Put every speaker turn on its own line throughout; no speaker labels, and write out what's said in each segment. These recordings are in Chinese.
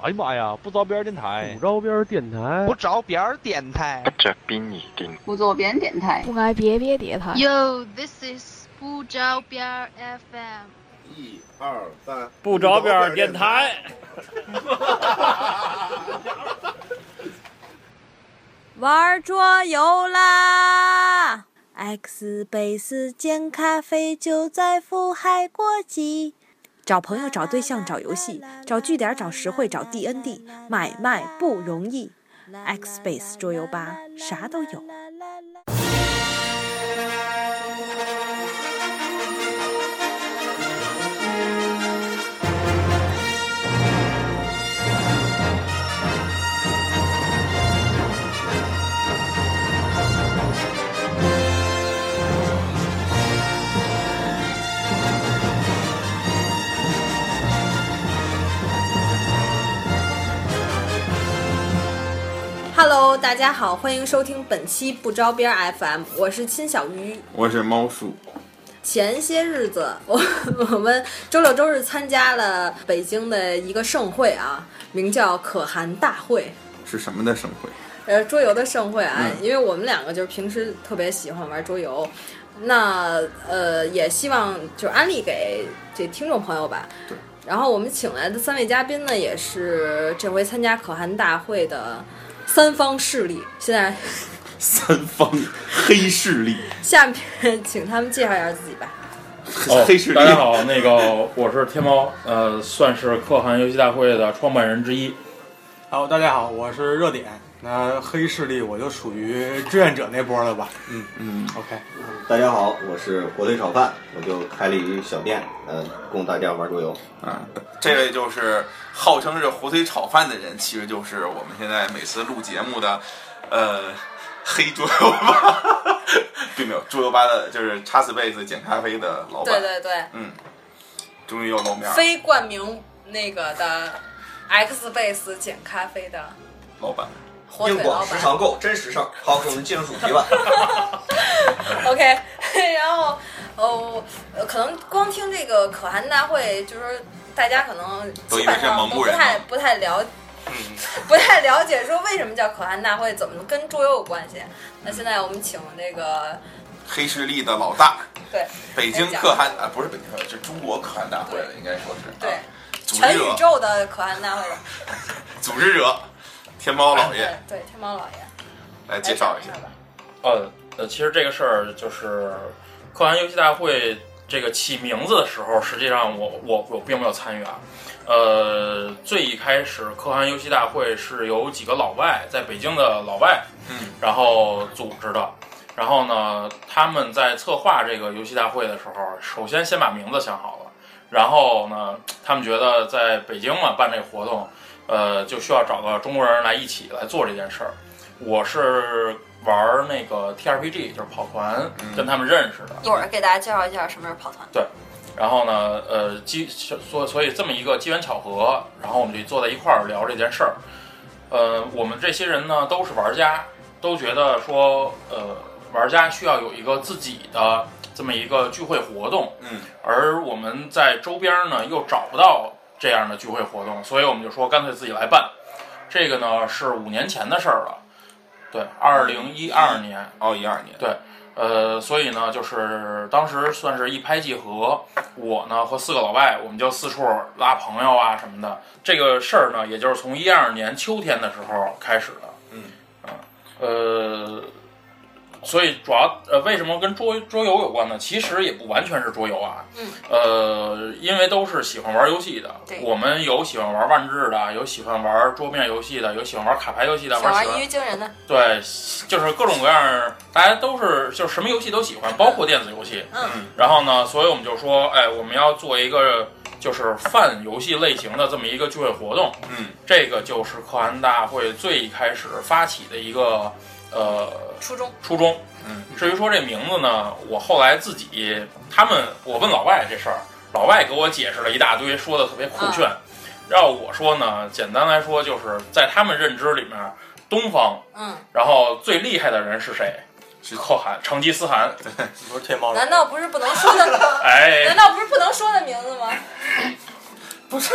哎呀妈呀，不着边儿电台
不，着边儿电台
不，着边儿电台
不，着边儿电
不坐边电台。
不挨别别叠台，
Yo, this is 不着边儿 FM。
一二三，
不着边儿电台。
玩桌游啦！X 贝斯煎咖啡就在富海国际。
找朋友、找对象、找游戏、找据点、找实惠、找 D N D，买卖不容易。X Space 桌游吧，啥都有。Hello，大家好，欢迎收听本期不招边儿 FM，我是亲小鱼。
我是猫叔，
前些日子， 我我们周六周日参加了北京的一个盛会啊，名叫可汗大会。
是什么的盛会？
呃桌游的盛会啊，
嗯
因为我们两个就是平时特别喜欢玩桌游，那呃也希望就安利给这听众朋友吧。
对。
然后我们请来的三位嘉宾呢，也是这回参加可汗大会的三方势力。现在
三方黑势力，
下面 请他们介绍一下自己吧。
哦
黑势，力
大家好，那个我是天猫，呃，算是可汗游戏大会的创办人之一。
好，大家好，我是热点。那黑势力我就属于志愿者那波了吧？嗯
嗯，
，OK，
大家好，我是火腿炒饭，我就开了一个小店，呃，供大家玩桌游。
啊，
这位就是号称是火腿炒饭的人，其实就是我们现在每次录节目的，呃，黑桌游 吧，并没有桌游吧的，就是叉 space 捡咖啡的老
对
板。
对对，
嗯，终于又露面了，
非冠名那个的 X Base 捡咖啡的
老板。
火
硬
腿老
广时
板。
常购，真时尚。好，我们进入主题吧。
OK，然 后哦，呃可能光听这个可汗大会，就是说大家可能
都
基
以为
本
是
上
蒙
都
古
不
人嗯
太
呢
不太了， 不太了解说为什么叫可汗大会，怎么跟桌游有关系。那
嗯
现在我们请那个
黑势力的老大，
对
北京可汗啊，不是北京可汗，是中国可汗大会了，应该说是
对
啊、组织
全宇
者，
宙的可汗大会的，
组织者，天猫老
对
爷
对天猫老爷
来介绍一下
来。吧。
呃呃，其实这个事儿就是可汗游戏大会这个起名字的时候，实际上我我我并没有参与啊。呃，最一开始可汗游戏大会是由几个老外在北京的老外，
嗯，
然后组织的。然后呢，他们在策划这个游戏大会的时候，首先先把名字想好了，然后呢，他们觉得在北京嘛办这个活动，呃，就需要找个中国人来一起来做这件事儿。我是玩儿那个 TRPG，就是跑团，跟他们认识的。
一会儿给大家介绍一下什么是跑团。
然后呢，呃，机所所以这么一个机缘巧合，然后我们就坐在一块儿聊这件事儿。呃，我们这些人呢都是玩家，都觉得说，呃，玩家需要有一个自己的这么一个聚会活动，
嗯，
而我们在周边儿呢又找不到这样的聚会活动，所以我们就说干脆自己来办。这个呢是五年前的事儿了，对，二零一二年，
哦，一二年，
呃，所以呢，就是当时算是一拍即合，我呢和四个老外，我们就四处拉朋友啊什么的。这个事儿呢，也就是从一二年秋天的时候开始的。
嗯
啊，呃，所以主要呃，为什么跟桌桌游有关呢？其实也不完全是桌游啊。
嗯。
呃，因为都是喜欢玩游戏的
对，
我们有喜欢玩万智的，有喜欢玩桌面游戏的，有喜欢玩卡牌游戏的，
想玩
喜欢
一语惊人的，
对，就是各种各样儿，大家都是就是什么游戏都喜欢，包括电子游戏。
嗯，
然后呢，所以我们就说，哎，我们要做一个就是泛游戏类型的这么一个聚会活动。
嗯，
这个就是可汗大会最开始发起的一个呃
初中
初衷。
嗯，
至于说这名字呢，我后来自己他们我问老外这事儿，老外给我解释了一大堆，说的特别酷炫。要我说呢，简单来说就是在他们认知里面，东方
嗯，
然后最厉害的人是谁？
是
可汗，成吉思汗。
你
哦
不是天猫人
难道不是不能说的？
哎
哎
难，道不是不能说的名字吗？
不是，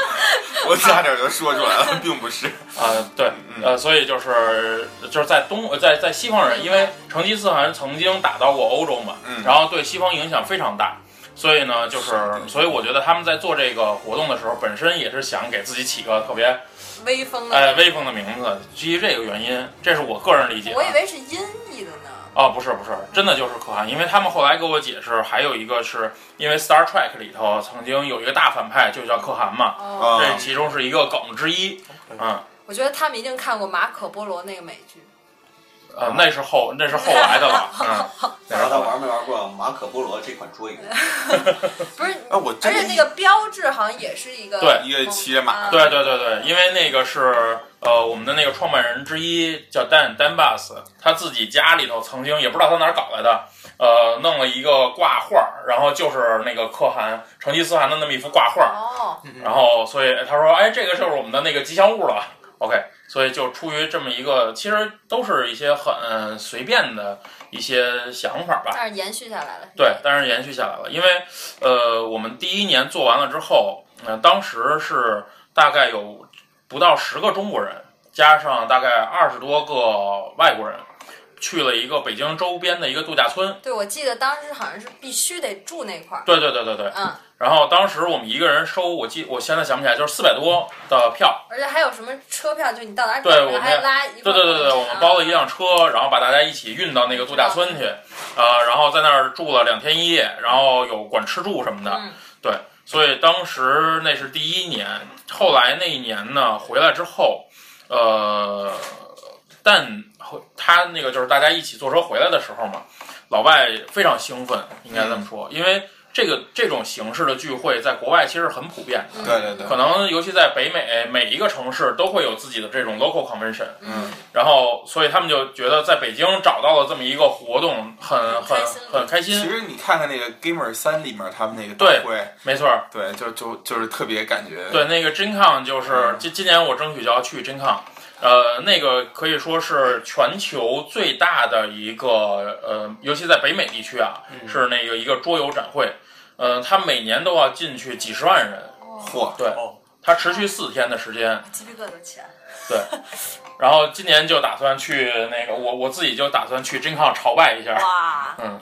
我差点就说出来了， 并不是。
嗯
呃，对，
嗯
呃，所以就是就是在东呃在在西方人，因为成吉思汗曾经打到过欧洲嘛，
嗯
然后对西方影响非常大，所以呢，就是
是
所以我觉得他们在做这个活动的时候，本身也是想给自己起个特别
微风
哎
的。
威风的名字，基于这个原因，这是我个人理解的。
我以为是音译的呢。
啊、不是不是，真的就是可汗，因为他们后来给我解释，还有一个是因为 Star Trek 里头曾经有一个大反派就叫可汗嘛，
哦，
啊
这，其中是一个梗之一，嗯。
我觉得他们一定看过《马可波罗》那个美剧。
呃，那是后那是后来的了，嗯，那
不
是
知道他
后来。
玩没玩过《马可波罗》这款桌游？
不是，
啊，我
而
真
且那个标志好像也是一个嗯
对
一个骑着马，
对对对对，因为那个是呃我们的那个创办人之一叫丹丹巴斯，他自己家里头曾经也不知道他哪儿搞来的，呃，弄了一个挂画儿，然后就是那个可汗成吉思汗的那么一幅挂画儿，
哦，
然后所以他说，哎，这个就是我们的那个吉祥物了，OK，所以就出于这么一个，其实都是一些很随便的一些想法吧，
但是延续下来了。
对，但是延续下来了，因为呃，我们第一年做完了之后，呃，当时是大概有不到十个中国人，加上大概二十多个外国人，去了一个北京周边的一个度假村。
对，我记得当时好像是必须得住那块儿。
对对对对对。
嗯，
然后当时我们一个人收，我记我现在想不起来，就是四百多的票。
而且还有什么车票，就你到哪儿
对
找着
我们
还拉一块
对
儿
对对对，
啊
我们包了一辆车，然后把大家一起运到那个度假村去，呃，然后在那儿住了两天一夜，然后有管吃住什么的。
嗯
对，所以当时那是第一年，后来那一年呢，回来之后，呃，但后他那个就是大家一起坐车回来的时候嘛，老外非常兴奋，应该这么说，因为这个这种形式的聚会在国外其实很普遍的。
对对对
可，能尤其在北美，每一个城市都会有自己的这种 local convention，
嗯，
然后所以他们就觉得在北京找到了这么一个活动，很很
很开心
很开
其
心，
实你看看那个 Gamer 三里面他们那个
对
会，
没错儿，
对，就就就是特别感觉，
对，那个 GenCon 就是
嗯
今今年我争取就要去 GenCon，呃，那个可以说是全球最大的一个呃，尤其在北美地区啊，
嗯
是那个一个桌游展会，呃，它每年都要进去几十万人，
嚯，
对
哦，
它持续四天的时间，
鸡皮疙瘩起来了。
然后今年就打算去那个我我自己就打算去 GenCon 朝拜一下，
哇，
嗯，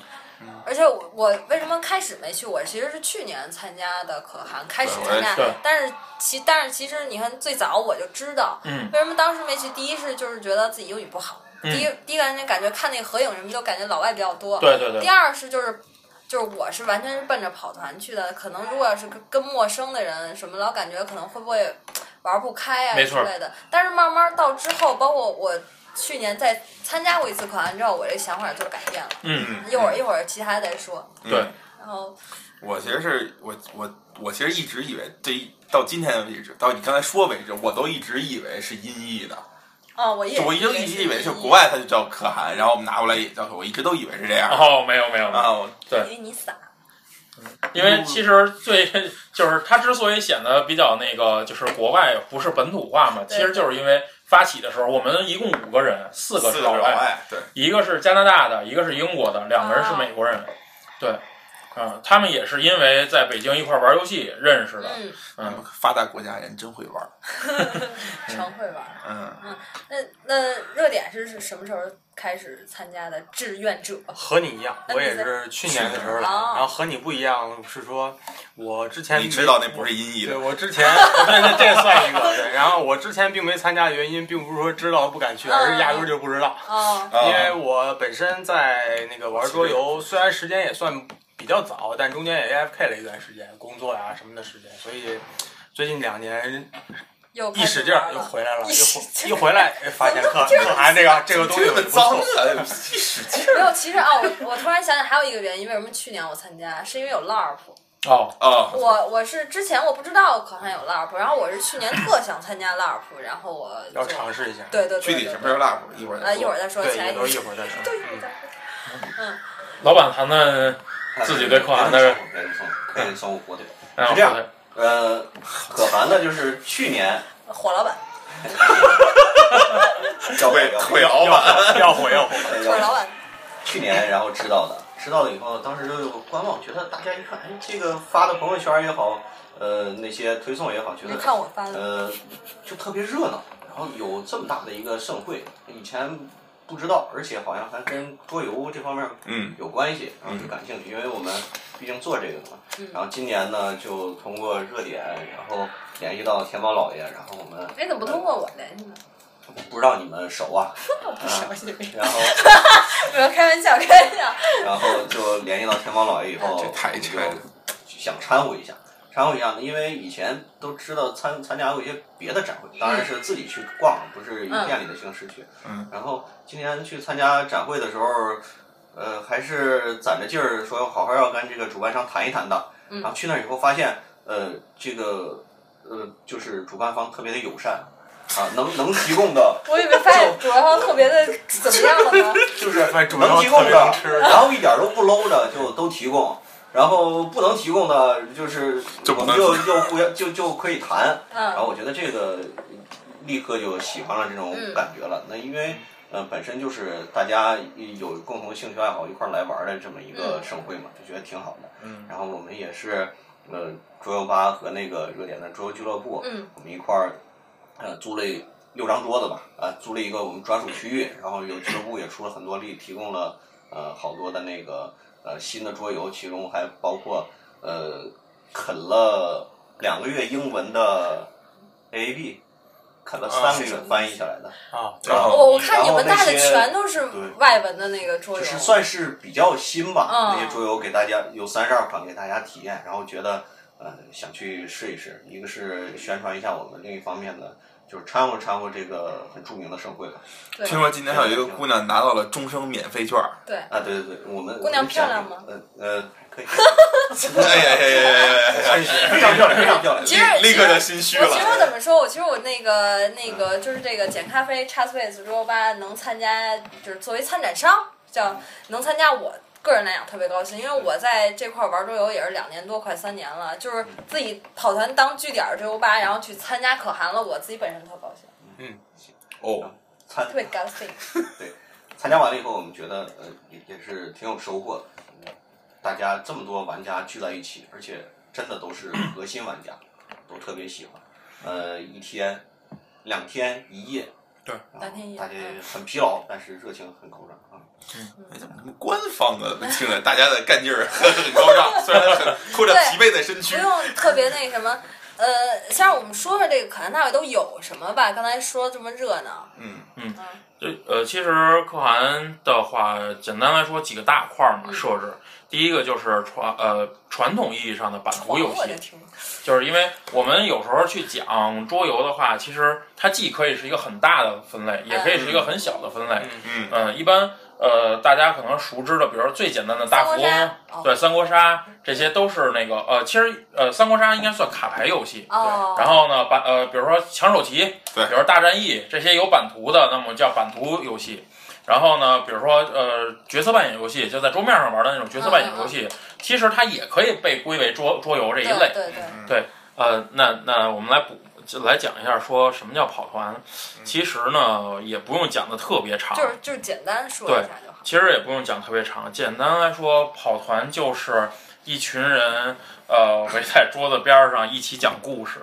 而且我我为什么开始没去？我其实是去年参加的可汗，开始
嗯
参加
对，
但是其但是其实你看最早我就知道，
嗯
为什么当时没去？第一是就是觉得自己英语不好，
嗯
第一第一感觉感觉看那个合影什么就感觉老外比较多，
对对
第
对，
二是就是就是我是完全是奔着跑团去的，可能如果要是跟跟陌生的人什么，老感觉可能会不会玩不开啊
没
之
错
类的。但是慢慢到之后，包括我去年在参加过一次可汗之后，我这想法就改变了。
嗯，
一会儿一会儿其他再说。
对，
然后
嗯我其实是我我我其实一直以为这一到今天为止，到你刚才说为止，我都一直以为是音译的，
哦，我也
就我一直一直以为是国，外它就叫可汗，然后我们拿过来也叫可，我一直都以为是这样。
哦，没有没有没有。
啊，我
因为你傻。
因为
嗯
其实最就是它之所以显得比较那个，就是国外不是本土化嘛，
对
其实就是因为发起的时候，我们一共五个人，四个
四
是
个
老
老
外，
外，对，
一个是加拿大的，一个是英国的，两个人是
哦
美国人，对，啊、他们也是因为在北京一块儿玩游戏认识的，
嗯，
嗯，
发达国家人真会玩儿，
常会玩。
嗯，
那那热点是是什么时候开始参加的？志愿者
和你一样，我也是去年的时候来，
呃哦
然后和你不一样是说，我之前
你
没
知道那不是音译
对
的，
我之前， 对对，这算一个。对，然后我之前并没参加的原因，并不是说知道不
嗯
敢去，而是压根儿就不知道。
哦，
啊
因为我本身在那个玩桌游，虽然时间也算比较早，但中间也 AFK 了一段时间，工作呀、什么的时间，所以最近两年
又
一
开始
使劲儿
玩
又
了
回来了，
一
一
使
回一回来哎发 现可可汗这个这个东西
这
不
么脏
错，
啊，一使劲
没有，其实啊，我我突然想起还有一个原因，为什么去年我参加，是因为有 LARP。
哦，
啊，
我我是之前我不知道可汗有 LARP，然后我是去年特想参加 LARP，然后我就
要尝试一下。
对对对
具体
对
什么时候拉谱，呃一会儿
啊，
再说
一会儿再说，
对，
起
也
来
都一会儿再说。嗯
老板谈谈自己对可汗的，
别人送，别人送我火腿。
哎
是这样呃，可汗呢，就是去年
火老板，
要不
腿
要
腿熬吧，
要火要火，
不
火
要
老板，
去年然后知道的，知道了以后，当时就观望，觉得大家一看，哎，这个发的朋友圈也好，呃，那些推送也好，觉
你
得
看我发的，
呃，就特别热闹。然后有这么大的一个盛会，以前不知道，而且好像还跟桌游这方面
嗯
有关系，然后就感兴趣，因为我们毕竟做这个的嘛。然后今年呢，就通过热点，然后联系到天猫老爷，然后我们
哎，怎么不通过我联系呢？
不知道你们熟啊，
不熟悉，
然后
没有啊开玩笑，开玩笑。
然后就联系到天猫老爷以后，
这太
就
拆了
想掺和一下，掺和一下呢，因为以前都知道参参加过一些别的展会，当然是自己去逛，不是以店里的形式去。
嗯。
然后今年去参加展会的时候，呃，还是攒着劲儿说好好要跟这个主办商谈一谈的。
嗯
然后去那儿以后发现，呃，这个呃，就是主办方特别的友善。啊，能能提供的
我以为发现主办方特别的怎么样了呢？
就是主
能
要
提供
特别
的
能，吃
然后一点都不 low 的就都提供，然后不能提供的就是
就
我
不
们
能
就就互相就就可以谈，然
嗯
后我觉得这个立刻就喜欢了这种
嗯
感觉了。那因为呃本身就是大家有共同兴趣爱好一块儿来玩儿的这么一个
嗯
盛会嘛，就觉得挺好的。
嗯
然后我们也是呃桌游吧和那个热点的桌游俱乐部，
嗯
我们一块儿呃租了六张桌子吧，啊、租了一个我们专属区域，然后有俱乐部也出了很多力，提供了呃好多的那个呃新的桌游，其中还包括呃啃了两个月英文的 A A B，啃了三个月翻译下来的，
啊，
然后
我我看你们带的全都是
对
外文的那个桌
就
游，
是算是比较新吧，
嗯
那些桌游给大家有三十二款给大家体验，然后觉得呃想去试一试，一个是宣传一下我们，另一方面呢就是掺和掺和这个很著名的盛会吧。
对
听说今天还有一个姑娘拿到了终生免费券儿，
啊，对对对，我们
姑娘漂亮吗？
我们想呃呃，可以，
哎呀呀呀呀呀哎呀呀！
哎非常漂亮，非常漂亮。
其实
立立刻就心虚
我其实
了。
怎么说，我其实我那个那个就是这个捡咖啡 Chas Space 桌游吧能参加，就是作为参展商叫能参加我。个人来讲特别高兴，因为我在这块玩桌游也是两年多，快三年了，就是
嗯
自己跑团当据点儿桌游吧，然后去参加可汗了，我自己本身特高兴，
嗯
哦，
参
特别高兴。
啊
参加完了以后，我们觉得呃也也是挺有收获的。嗯大家这么多玩家聚在一起，而且真的都是核心玩 家，都特别喜欢。呃，一天、两天一夜，
对
然后
两天一夜
大家也很疲劳，但是热情很高涨啊。
哎怎么那么官方啊？怎么听着大家的干劲儿很很高涨， 虽然很拖着疲惫的身躯
不。用特别那什么。呃，先让我们说说这个可汗大会都有什么吧。刚才说这么热闹，
嗯，
就呃，其实可汗的话，简单来说几个大块儿嘛
嗯
设置。第一个就是传呃传统意义上的版图游
我
戏
就，听过。
就是因为我们有时候去讲桌游的话，其实它既可以是一个很大的分类，也可以是一个很小的分类。
嗯
嗯，一般呃大家可能熟知的，比如说最简单的大富
三
翁
国杀，哦
对三国杀，这些都是那个呃，其实呃三国杀应该算卡牌游戏。
哦，
然后呢，版呃，比如说抢手棋，
对
比如说大战役这些有版图的，那么叫版图游戏。然后呢，比如说呃，角色扮演游戏，就在桌面上玩的那种角色扮演游戏，其实它也可以被归为桌桌游这一
嗯对
类。
对对，
嗯
呃，那那我们来补就来讲一下，说什么叫跑团。其实呢，也不用讲的特别长，
就是就是简单说一下就好。
其实也不用讲特别长，简单来说，跑团就是一群人呃围在桌子边儿上一起讲故事，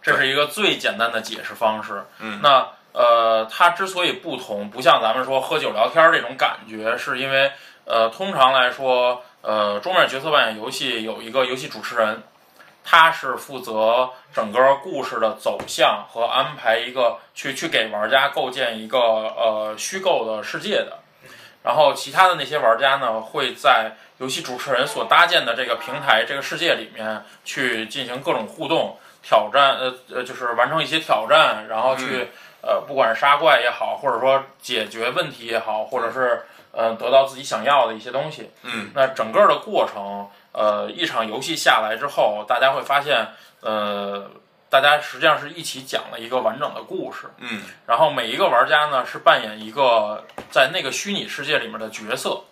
这是一个最简单的解释方式。
嗯
那呃，它之所以不同，不像咱们说喝酒聊天儿这种感觉，是因为呃，通常来说，呃，桌面角色扮演游戏有一个游戏主持人，他是负责整个故事的走向和安排一个去去给玩家构建一个呃虚构的世界的。然后其他的那些玩家呢，会在游戏主持人所搭建的这个平台、这个世界里面去进行各种互动、挑战，呃呃，就是完成一些挑战，然后去、呃，不管是杀怪也好，或者说解决问题也好，或者是呃得到自己想要的一些东西。
嗯，
那整个的过程，呃，一场游戏下来之后，大家会发现，呃，大家实际上是一起讲了一个完整的故事。
嗯，
然后每一个玩家呢是扮演一个在那个虚拟世界里面的角色，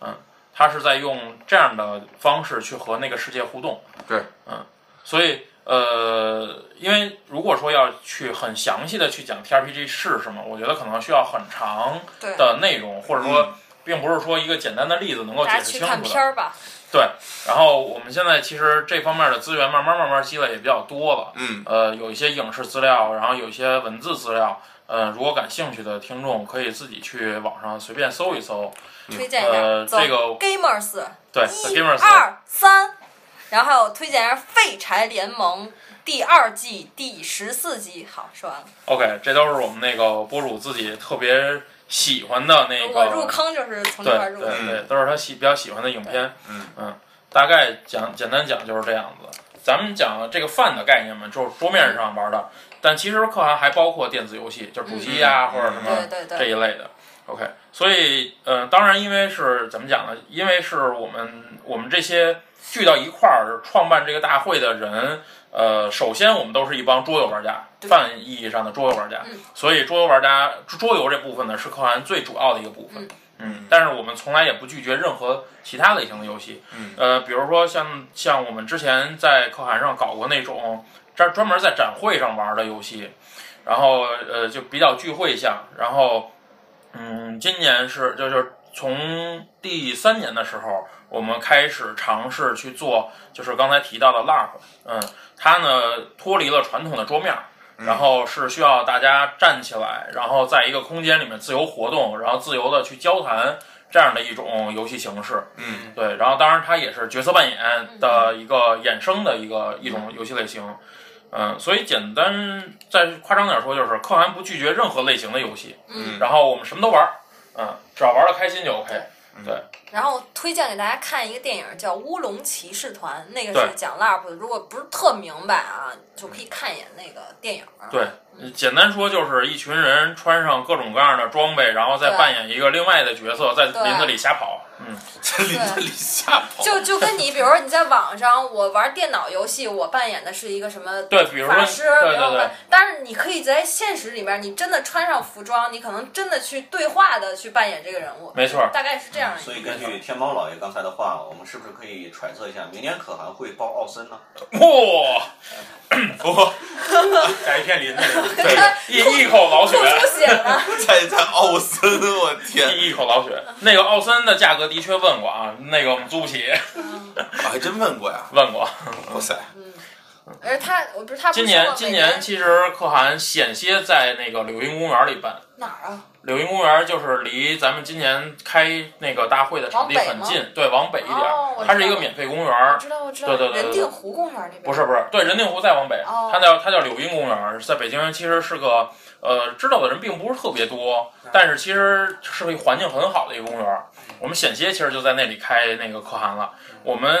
嗯，他是在用这样的方式去和那个世界互动。
对，
嗯，所以呃，因为如果说要去很详细的去讲 TRPG 是什么，我觉得可能需要很长
对
的内容，或者说并不是说一个简单的例子能够
大
解
家
释
去
清楚
看
的
片。儿吧。
对，然后我们现在其实这方面的资源慢慢慢慢积累也比较多了，
嗯，
呃，有一些影视资料，然后有一些文字资料，呃，如果感兴趣的听众可以自己去网上随便搜一搜，
推荐一下，
呃
走
这个
Gamers
对，The
一
Gamers，
二三，然后还有推荐一下《废柴联盟》第二季第十四集。好，说完了。
OK，这都是我们那个博主自己特别喜欢的那个，
我入坑就是从
对
这块入的。
对对，都是他喜比较喜欢的影片。
嗯
大概讲简单讲就是这样子。咱们讲这个饭的概念嘛，就是桌面上玩的，但其实可汗还包括电子游戏，就是主机
嗯
呀、或者什么
对对
这
对，
一类的。OK，所以呃，当然因为是怎么讲呢？因为是我们我们这些聚到一块儿创办这个大会的人，呃，首先我们都是一帮桌游玩家，
对
泛意义上的桌游玩家，
嗯
所以桌游玩家桌游这部分呢是可汗最主要的一个部分。嗯但是我们从来也不拒绝任何其他类型的游戏，
嗯
呃，比如说像像我们之前在可汗上搞过那种专专门在展会上玩的游戏，然后呃就比较聚会项，然后嗯，今年是就就是从第三年的时候，我们开始尝试去做，就是刚才提到的 LARP，嗯，它呢脱离了传统的桌面儿。然后是需要大家站起来，然后在一个空间里面自由活动，然后自由的去交谈这样的一种游戏形式。
嗯
对，然后当然它也是角色扮演的一个衍生的一个一种游戏类型。嗯，所以简单再夸张点说，就是可汗不拒绝任何类型的游戏，
嗯
然后我们什么都玩儿，嗯，只要玩的开心就 OK。
然后推荐给大家看一个电影叫《乌龙骑士团》，那个
对
是讲 LARP 的。如果不是特明白啊，就可以看一眼那个电影。
对，简单说就是一群人穿上各种各样的装备，然后再扮演一个另外的角色，在林子里瞎跑。嗯，
在林子里瞎跑，
就就跟你，比如说你在网上，我玩电脑游戏，我扮演的是一个什么
对，比如说，
法师，
对
比如
对
说
对，
但是你可以在现实里面，你真的穿上服装，你可能真的去对话的去扮演这个人物，
没错。
大概是这样的。
所以根据天猫老爷刚才的话，我们是不是可以揣测一下，明年可汗会报奥森呢？
哇，
我
在一片林子里，
对， 一一口老
吐
血，
出血了，
在在奥森，我天，
一一口老血。那个奥森的价格的确问过啊，那个我们租不起，
我还真问过呀，
问过。
哇塞，
而他，我不是他不
今
是
年
说
今
每
年其实可汗险些在那个柳荫公园里办。
哪儿啊？
柳荫公园就是离咱们今年开那个大会的场地很
往北
近，对，往北一点儿，
哦我知道
它是一个免费公园
我，知道我知道，
对对对对
人定湖公园那边
不是不是，对，人定湖再往北，
哦
它叫它叫柳荫公园，在北京其实是个呃知道的人并不是特别多，但是其实是个环境很好的一个公园。我们险些其实就在那里开那个可汗了。我们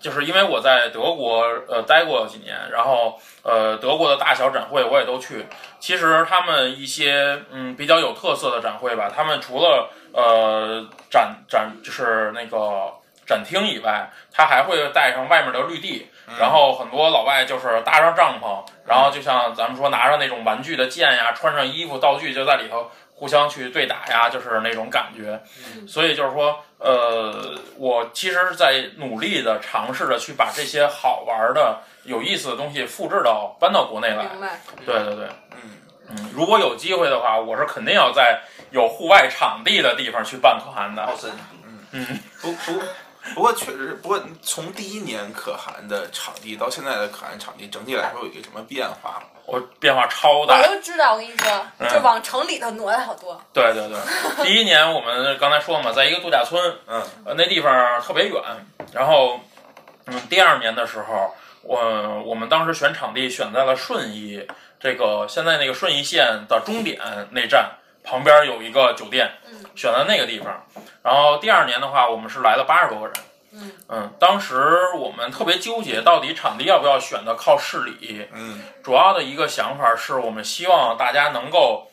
就是因为我在德国呃待过几年，然后呃德国的大小展会我也都去。其实他们一些嗯比较有特色的展会吧，他们除了呃展展就是那个展厅以外，它还会带上外面的绿地，然后很多老外就是搭上帐篷，然后就像咱们说拿上那种玩具的剑呀，穿上衣服道具就在里头互相去对打呀，就是那种感觉。所以就是说，呃，我其实，在努力的尝试着去把这些好玩的、有意思的东西复制到搬到国内来。
明白。
对对对，
嗯
嗯，如果有机会的话，我是肯定要在有户外场地的地方去办可汗的
奥。森，
不不。不过确实，不过从第一年可汗的场地到现在的可汗场地，整体来说有一个什么变化吗？
我变化超大
我，就知道，我跟你说，
哎嗯
就往城里头挪了好多。
对对对，第一年我们刚才说了嘛，在一个度假村，
嗯
呃，那地方特别远。然后，嗯，第二年的时候，我我们当时选场地选在了顺义，这个现在那个顺义县的终点那站旁边有一个酒店
嗯，
选在那个地方。然后第二年的话，我们是来了八十多个人。
嗯
当时我们特别纠结，到底场地要不要选的靠市里，
嗯
主要的一个想法是我们希望大家能够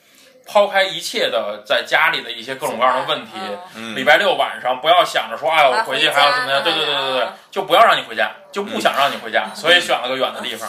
抛开一切的在家里的一些各种各样的问题。
嗯
嗯，
礼拜六晚上不要想着说，哎呀，我
啊
回
回
去
家
还要怎么样？
啊
对对对对对
啊，
就不要让你回家，就不想让你回家，
嗯
所以选了个远的地方。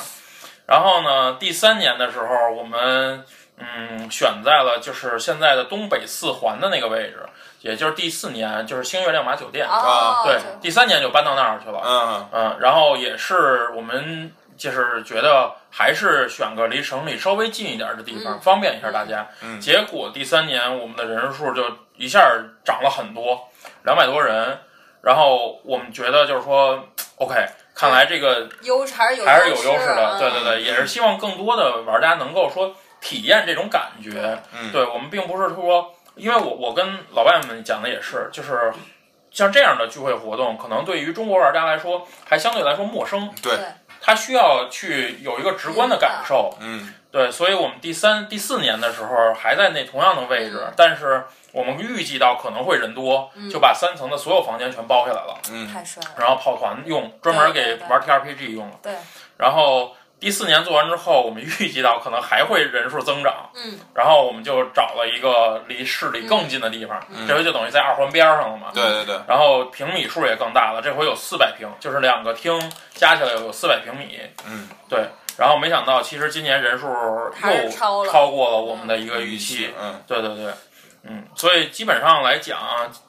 然后呢，第三年的时候，我们嗯选在了就是现在的东北四环的那个位置，也就是第四年，就是星月亮马酒店。
啊
哦，
对
就，
第三年就搬到那儿去了。
嗯
嗯，然后也是我们就是觉得还是选个离城里稍微近一点的地
嗯
方，方便一下大家。
嗯
结果第三年我们的人数就一下涨了很多，两百多人。然后我们觉得就是说，OK，看来这个
优还是有
还是有
优
优势的，
啊
对对对，也是希望更多的玩家能够说体验这种感觉。
嗯
对我们并不是说，因为我我跟老外们讲的也是，就是像这样的聚会活动，可能对于中国玩家来说还相对来说陌生，
对
对
他需要去有一个直观的感受。
嗯
对，所以我们第三、第四年的时候还在那同样的位置，
嗯
但是我们预计到可能会人多，就把三层的所有房间全包下来了。
嗯，
太帅了，
然后跑团用，专
对
门
对
给
对
玩 TRPG 用了。
对，
然后第四年做完之后，我们预计到可能还会人数增长，
嗯，
然后我们就找了一个离市里更近的地方，
嗯
这回就等于在二环边上了嘛。
对对对，
然后平米数也更大了，这回有四百平，就是两个厅加起来有四百平米。
嗯，
对。然后没想到，其实今年人数
还
又
是超了
超过了我们的一个预期。
嗯
对对对，嗯，所以基本上来讲，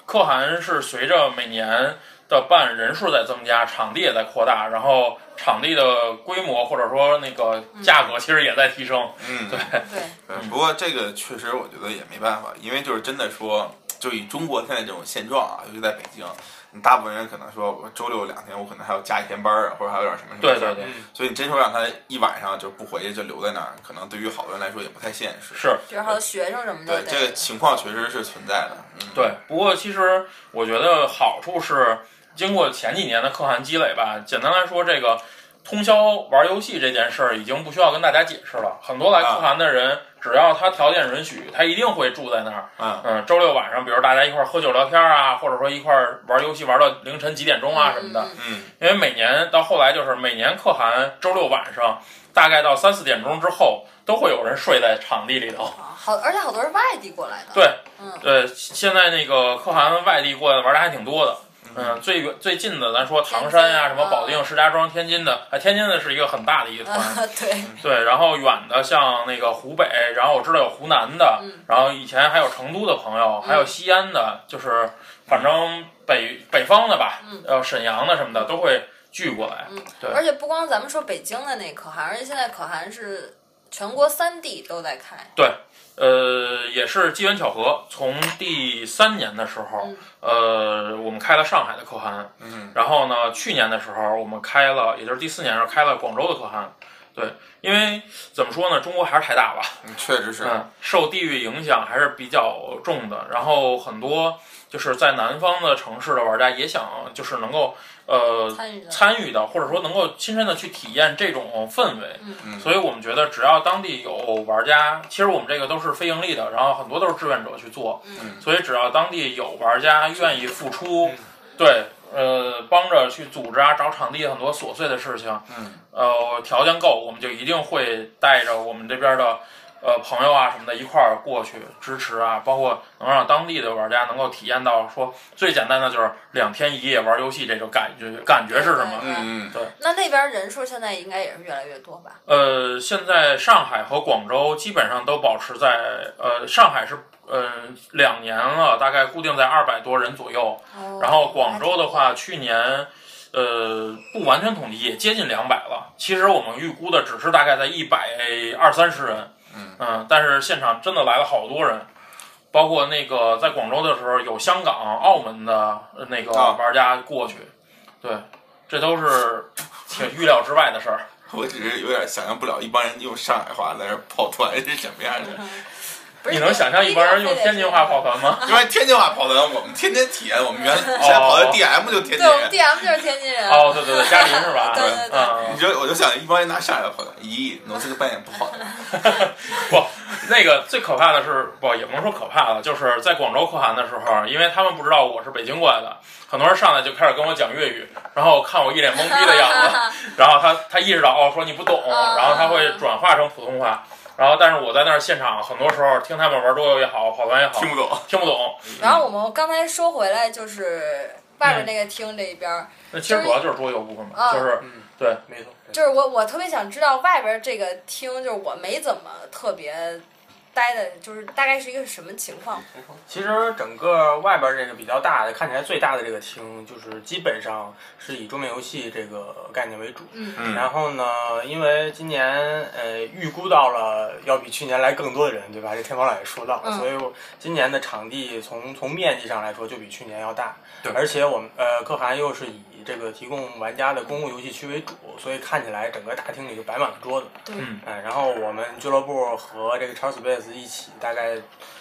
可汗是随着每年的办人数在增加，场地也在扩大，然后场地的规模或者说那个价格其实也在提升。
嗯，
对，
对，
对，不过这个确实我觉得也没办法，因为就是真的说，就以中国现在这种现状啊，尤其在北京，你大部分人可能说我周六两天我可能还要加一天班儿啊，或者还有点什么什么
对
事儿
对对，
所以你真说让他一晚上就不回去就留在那儿，可能对于好多人来说也不太现实。
是。
比如还有学生什么的
对，，这个情况确实是存在的。嗯，
对，不过其实我觉得好处是，经过前几年的可汗积累吧，简单来说，这个通宵玩游戏这件事儿已经不需要跟大家解释了。很多来可汗的人，只要他条件允许，他一定会住在那儿。
嗯
嗯，周六晚上，比如大家一块儿喝酒聊天啊，或者说一块儿玩游戏玩到凌晨几点钟啊什么的。
嗯
因为每年到后来就是每年可汗周六晚上，大概到三四点钟之后，都会有人睡在场地里头。
啊好，而且好多是外地过来的，
对，
嗯
呃，现在那个可汗外地过来的玩的还挺多的。嗯，最远最近的，咱说唐山
天津
呀、
啊
什么保定、石家庄、天津的，啊，天津的是一个很大的一个团，
啊， 对，
对。然后远的像那个湖北，然后我知道有湖南的，
嗯
然后以前还有成都的朋友，还有西安的，就是反正北北方的吧，
嗯
呃，沈阳的什么的都会聚过来。
嗯
对，
而且不光咱们说北京的那可汗，而且现在可汗是全国三地都在开，
呃，也是机缘巧合，从第三年的时候，
嗯
呃，我们开了上海的可汗，
嗯，
然后呢，去年的时候我们开了，也就是第四年的时候开了广州的可汗，对，因为怎么说呢，中国还是太大吧，
嗯确实是。
嗯，受地域影响还是比较重的。然后很多就是在南方的城市的玩家也想就是能够呃
参与的
参与到，或者说能够亲身的去体验这种氛围。
嗯
嗯
所以我们觉得只要当地有玩家，其实我们这个都是非盈利的，然后很多都是志愿者去做。
嗯
所以只要当地有玩家愿意付出，对。呃，帮着去组织啊，找场地很多琐碎的事情，
嗯，
呃，条件够，我们就一定会带着我们这边的呃朋友啊什么的一块儿过去支持啊，包括能让当地的玩家能够体验到说最简单的就是两天一夜玩游戏这种感觉感觉是什么？
嗯嗯
那那边人数现在应该也是越来越多吧？
呃，现在上海和广州基本上都保持在呃上海是。呃，两年了，大概固定在二百多人左右。
哦
然后广州的，话，去年，呃，不完全统计也接近两百了。其实我们预估的只是大概在一百二三十人，
嗯
但是现场真的来了好多人，包括那个在广州的时候有香港、澳门的呃那个
啊
玩家过去，对，这都是挺预料之外的事儿。
我只是有点想象不了一帮人用上海话在那儿跑团是什么样的。
嗯不是
你能想象一帮人用天津话跑？团吗？
因为天津话跑团，我们天天体验，我们原现在跑的 DM 就
不一定非得是
天津
对，我们
人。
DM 就是天津人，
哦，对对对，嘉林是吧？
对对对
嗯
你，知道，我就想一帮人拿上海跑团，咦，我这个扮演 不好的，
嗯 不，那个最可怕的是，不也不能说可怕了，就是在广州可汗的时候，因为他们不知道我是北京过来的，很多人上来就开始跟我讲粤语，然后看我一脸懵逼的样 哦子，然后他他意识到哦，说你不懂，
嗯
然后他会转化成普通话，然后但是我在那儿现场，很多时候听他们玩桌游也好，跑团也好，
听不懂。
听不懂。
然后我们刚才说回来就是。外边那个厅这一边儿，
那其实主要就是桌游部分嘛，
嗯
就是
嗯，
对，
没错，
就是我我特别想知道外边这个厅，就是我没怎么特别待的，就是大概是一个什么情况？
其实整个外边这个比较大的，看起来最大的这个厅，就是基本上是以桌面游戏这个概念为主。
嗯
嗯
然后呢，因为今年呃预估到了要比去年来更多的人，对吧？这天王老也说到了，
嗯
所以我今年的场地从从面积上来说就比去年要大。
对
而且我们呃可汗又是以这个提供玩家的公共游戏区为主，所以看起来整个大厅里就摆满了桌子。
对
嗯
哎，然后我们俱乐部和这个 Charles Space 一起，大概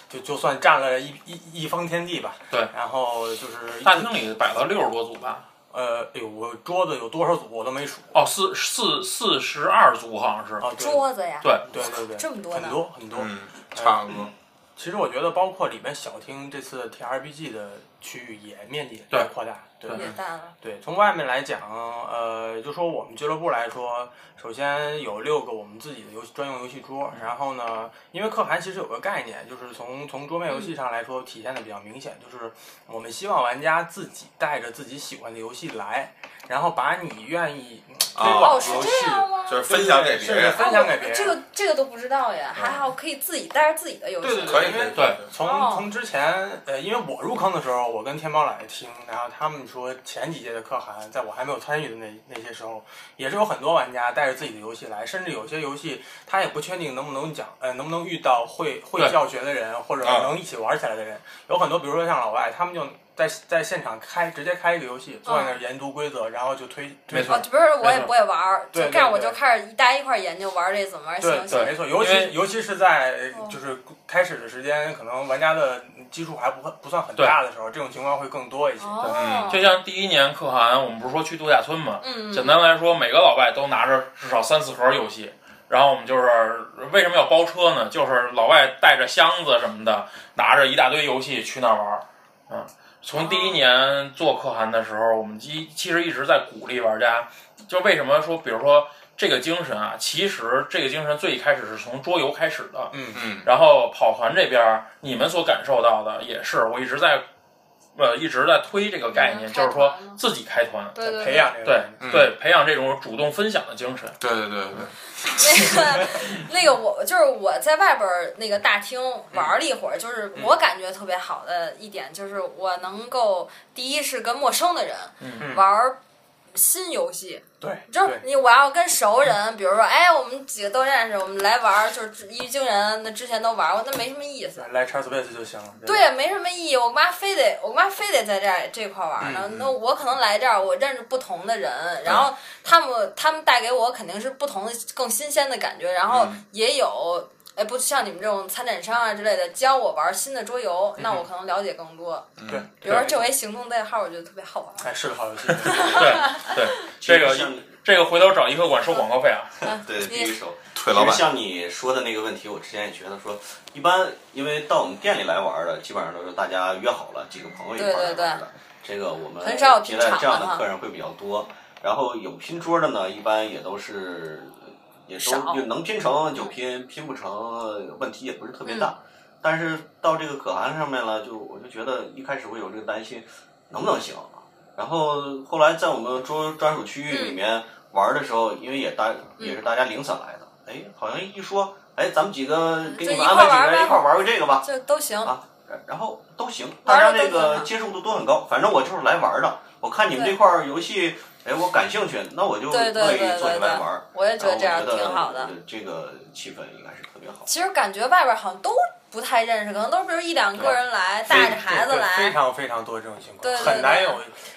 就就算占了一一一方天地吧。
对
然后就是
大厅里摆了六十多组吧，
呃，哎呦，我桌子有多少组我都没数。
哦，四四四十二组好像是，
啊，对
桌子呀，
对，
对对对，
这么多呢
很多很多。呃
嗯，差不多。
其实我觉得，包括里面小厅这次的 TRPG 的区域也面积也在
对
扩大，对
对
也大了。
对，从外面来讲，呃，就说我们俱乐部来说，首先有六个我们自己的游戏专用游戏桌，
嗯
然后呢，因为可汗其实有个概念，就是从从桌面游戏上来说体现的比较明显，就是我们希望玩家自己带着自己喜欢的游戏来，然后把你愿意嗯推
哦
广
哦，
的
是
游戏，
这样吗？
就是分享给
对
别
对
人
是，分享给别
啊
人
我这个这个都不知道呀，还好可以自己带着自己的游戏。
可以可以
嗯对
从
哦
从之前，呃，因为我入坑的时候，我跟天猫来听，然后他们说前几届的可汗，在我还没有参与的那那些时候，也是有很多玩家带着自己的游戏来，甚至有些游戏他也不确定能不能讲，呃，能不能遇到会会
对
教学的人，或者
啊
能一起玩起来的人，有很多，比如说像老外，他们就在在现场开直接开一个游戏，坐在那儿研读规则，然后就推推
没错
嗯哦，不是，我也
没错
不会玩儿，
对
就
对
这样我
对
就开始一大家一块儿研究玩儿这怎么玩儿新游戏
对
没错，尤
因为
其尤其是在
哎哦
就是开始的时间，可能玩家的基数还不不算很
对
大的时候，这种情况会更多
嗯
一些。
哦，
就像第一年可汗，我们不是说去度假村吗？
嗯，
简单来说，每个老外都拿着至少三四盒游戏。然后我们就是为什么要包车呢？就是老外带着箱子什么的，拿着一大堆游戏去那儿玩儿。嗯，从第一年做可汗的时候，我们一其实一直在鼓励玩家。就为什么说，比如说这个精神啊，其实这个精神最一开始是从桌游开始的。
嗯
嗯，
然后跑团这边儿，你们所感受到的也是，我一直在，呃，一直在推这个概念，
嗯
就是说
开团吗
自己开团，
对对
培养这个
对
人
嗯
对，培养这种主动分享的精神。
对对对对，
那个 那个我就是我在外边儿那个大厅
嗯
玩儿了一会儿，就是我感觉特别好的一点就是我能够第一是跟陌生的人
嗯
玩儿新游戏，
对，
就是你我要跟熟人，比如说哎我们几个都认识，我们来玩儿，就是一惊人，那之前都玩过，那没什么意思。
对来 Charles Space 就行了。吧，
对，没什么意义。我妈非得，我妈非得在这儿这块儿玩儿呢。那我可能来这儿，我认识不同的人，然后他们他们带给我肯定是不同的、更新鲜的感觉。然后也有，哎，不像你们这种参展商啊之类的，教我玩儿新的桌游，那我可能了解更多。
嗯
对，
嗯
比如说这回行动代号，我觉得特别好玩儿。
哎是个好 游戏。
对对，这个
像
这个回头找一客馆收广告费啊。
对第一手。
腿老
其
板
实像你说的那个问题，我之前也觉得说，一般因为到我们店里来玩的，基本上都是大家约好了，几个朋友一块儿来玩的。
对对对
这个我们
很少有
接
拼
待
场的
这样的
哈
客人会比较多。然后有拼桌的呢，一般也都是也
少
都就能拼成就拼，拼不成问题也不是
嗯
特别大。但是到这个可汗上面了，就我就觉得一开始我有这个担心，能不能行？然后后来在我们专专属区域
嗯
里面玩的时候，因为也大也是大家零散来的，哎，好像一说，哎，咱们几个给你
嗯就
们
一
安
块
排几
玩
个人
呗
一块玩个这个吧，
这都行，
啊，然后都行，大
玩
家
儿的
这
都行
个
啊
接受度都很高。反正我就是来玩儿的，我看你们
对
这块儿游戏，哎，我感兴趣，那我就乐
对
意
对对对
坐下来
对
玩儿。
我也觉得这
然
样
后我觉得
挺好的。
这个气氛应该是特别好。
其实感觉外边儿好像都不太认识，可能都是比如一两个人来，带着孩子
对对非
来。
常非常多这种情况，
对对
很难
对
有。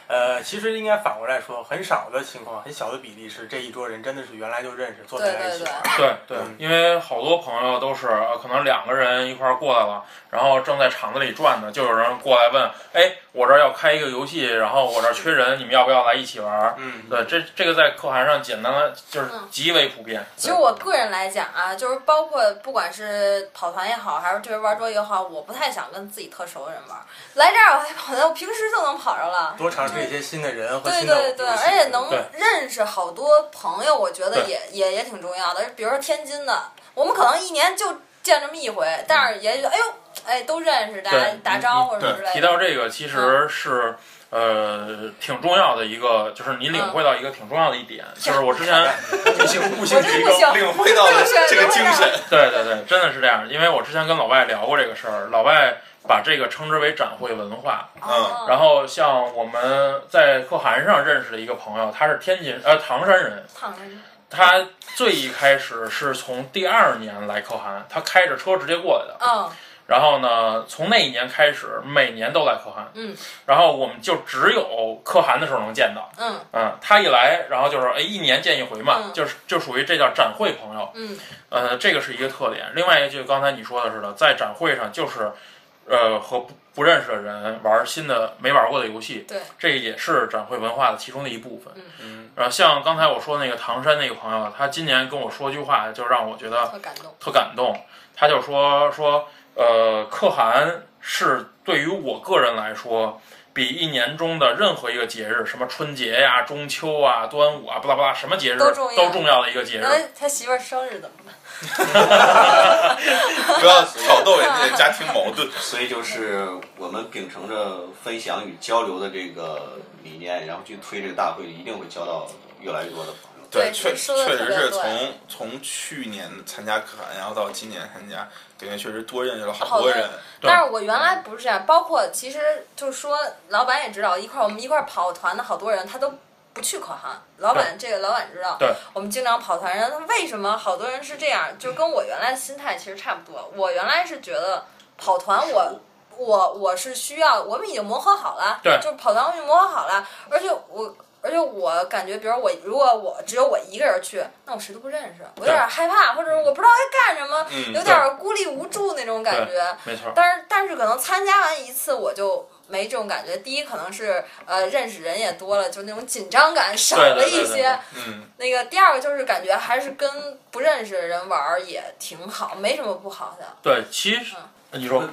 呃，其实应该反过来说，很少的情况，很小的比例是这一桌人真的是原来就认识，坐
对
在那儿一
对
起
对
玩。。
对对
嗯，
因为好多朋友都是呃可能两个人一块儿过来了，然后正在厂子里转呢，就有人过来问，哎，我这儿要开一个游戏，然后我这儿缺人，你们要不要来一起玩儿？
嗯，
对，这这个在课函上简单的就是
嗯
极为普遍。
其实我个人来讲啊，就是包括不管是跑团也好，还是这边玩桌也好，我不太想跟自己特熟的人玩。来这儿我还跑团，我平时就能跑着了。
多尝试一些新的人和
对
新的
对
游戏。
对，而且 能
对
认识好多朋友，我觉得
对
也也也挺重要的。比如说天津的，我们可能一年就见这么一回，但是也就哎呦哎都认识，大家
对
打招呼什
对
么之类
提
的。嗯
到这个，其实是、呃，挺重要的一个，就是你领
嗯
会到一个挺重要的一点，就是我之前，
不行不行，
我真不行
领会到了这个精神。
对对对，真的是这样，因为我之前跟老外聊过这个事儿，老外把这个称之为展会文化。
哦
嗯，
然后像我们在可汗上认识的一个朋友，他是天津呃唐山人，
躺着呢
他最一开始是从第二年来可汗，他开着车直接过来的。
嗯，
然后呢，从那一年开始，每年都来可汗。
嗯，
然后我们就只有可汗的时候能见到。
嗯
嗯，他一来，然后就是哎，一年见一回嘛，
嗯
就是就属于这叫展会朋友。
嗯，
呃，这个是一个特点。另外一个就刚才你说的似的，在展会上就是，呃，和不不认识的人玩新的没玩过的游戏，
对，
这也是展会文化的其中的一部分。
嗯
嗯，然后像刚才我说那个唐山那个朋友，他今年跟我说句话，就让我觉得
特感动。
特感动。他就说说，呃，可汗是对于我个人来说，比一年中的任何一个节日，什么春节呀、中秋啊、端午啊，巴拉巴拉，什么节日
都重要哎
都重要的一个节日。
那他媳妇儿生日怎么办？
不要挑逗人家家庭矛盾。
所以就是我们秉承着分享与交流的这个理念，然后去推这个大会，一定会交到越来越多的朋友。
对
确
你说得
确实
特别
是
对
从从去年参加可汗，然后到今年参加，感觉确实多认识了
好
好多
多
人。
对
但是我原来不是这样，包括其实就是说，老板也知道，一块儿我们一块儿跑团的好多人，他都不去可汗。老板这个老板知道，
对
我们经常跑团，然后他为什么好多人是这样，就跟我原来心态其实差不多。我原来是觉得跑团我。我我是需要，我们已经磨合好了，
对
就是跑团我们已经磨合好了，而且我而且我感觉，比如我如果我只有我一个人去，那我谁都不认识，我有点害怕，或者我不知道该干什么，
嗯
有点孤立无助那种感觉。
没错，
但是但是可能参加完一次我就没这种感觉。第一可能是呃认识人也多了，就那种紧张感少
对对
了
对
一
对
些。
对
嗯，
那个第二个就是感觉还是跟不认识的人玩儿也挺好，没什么不好的。
对，其实
嗯
你说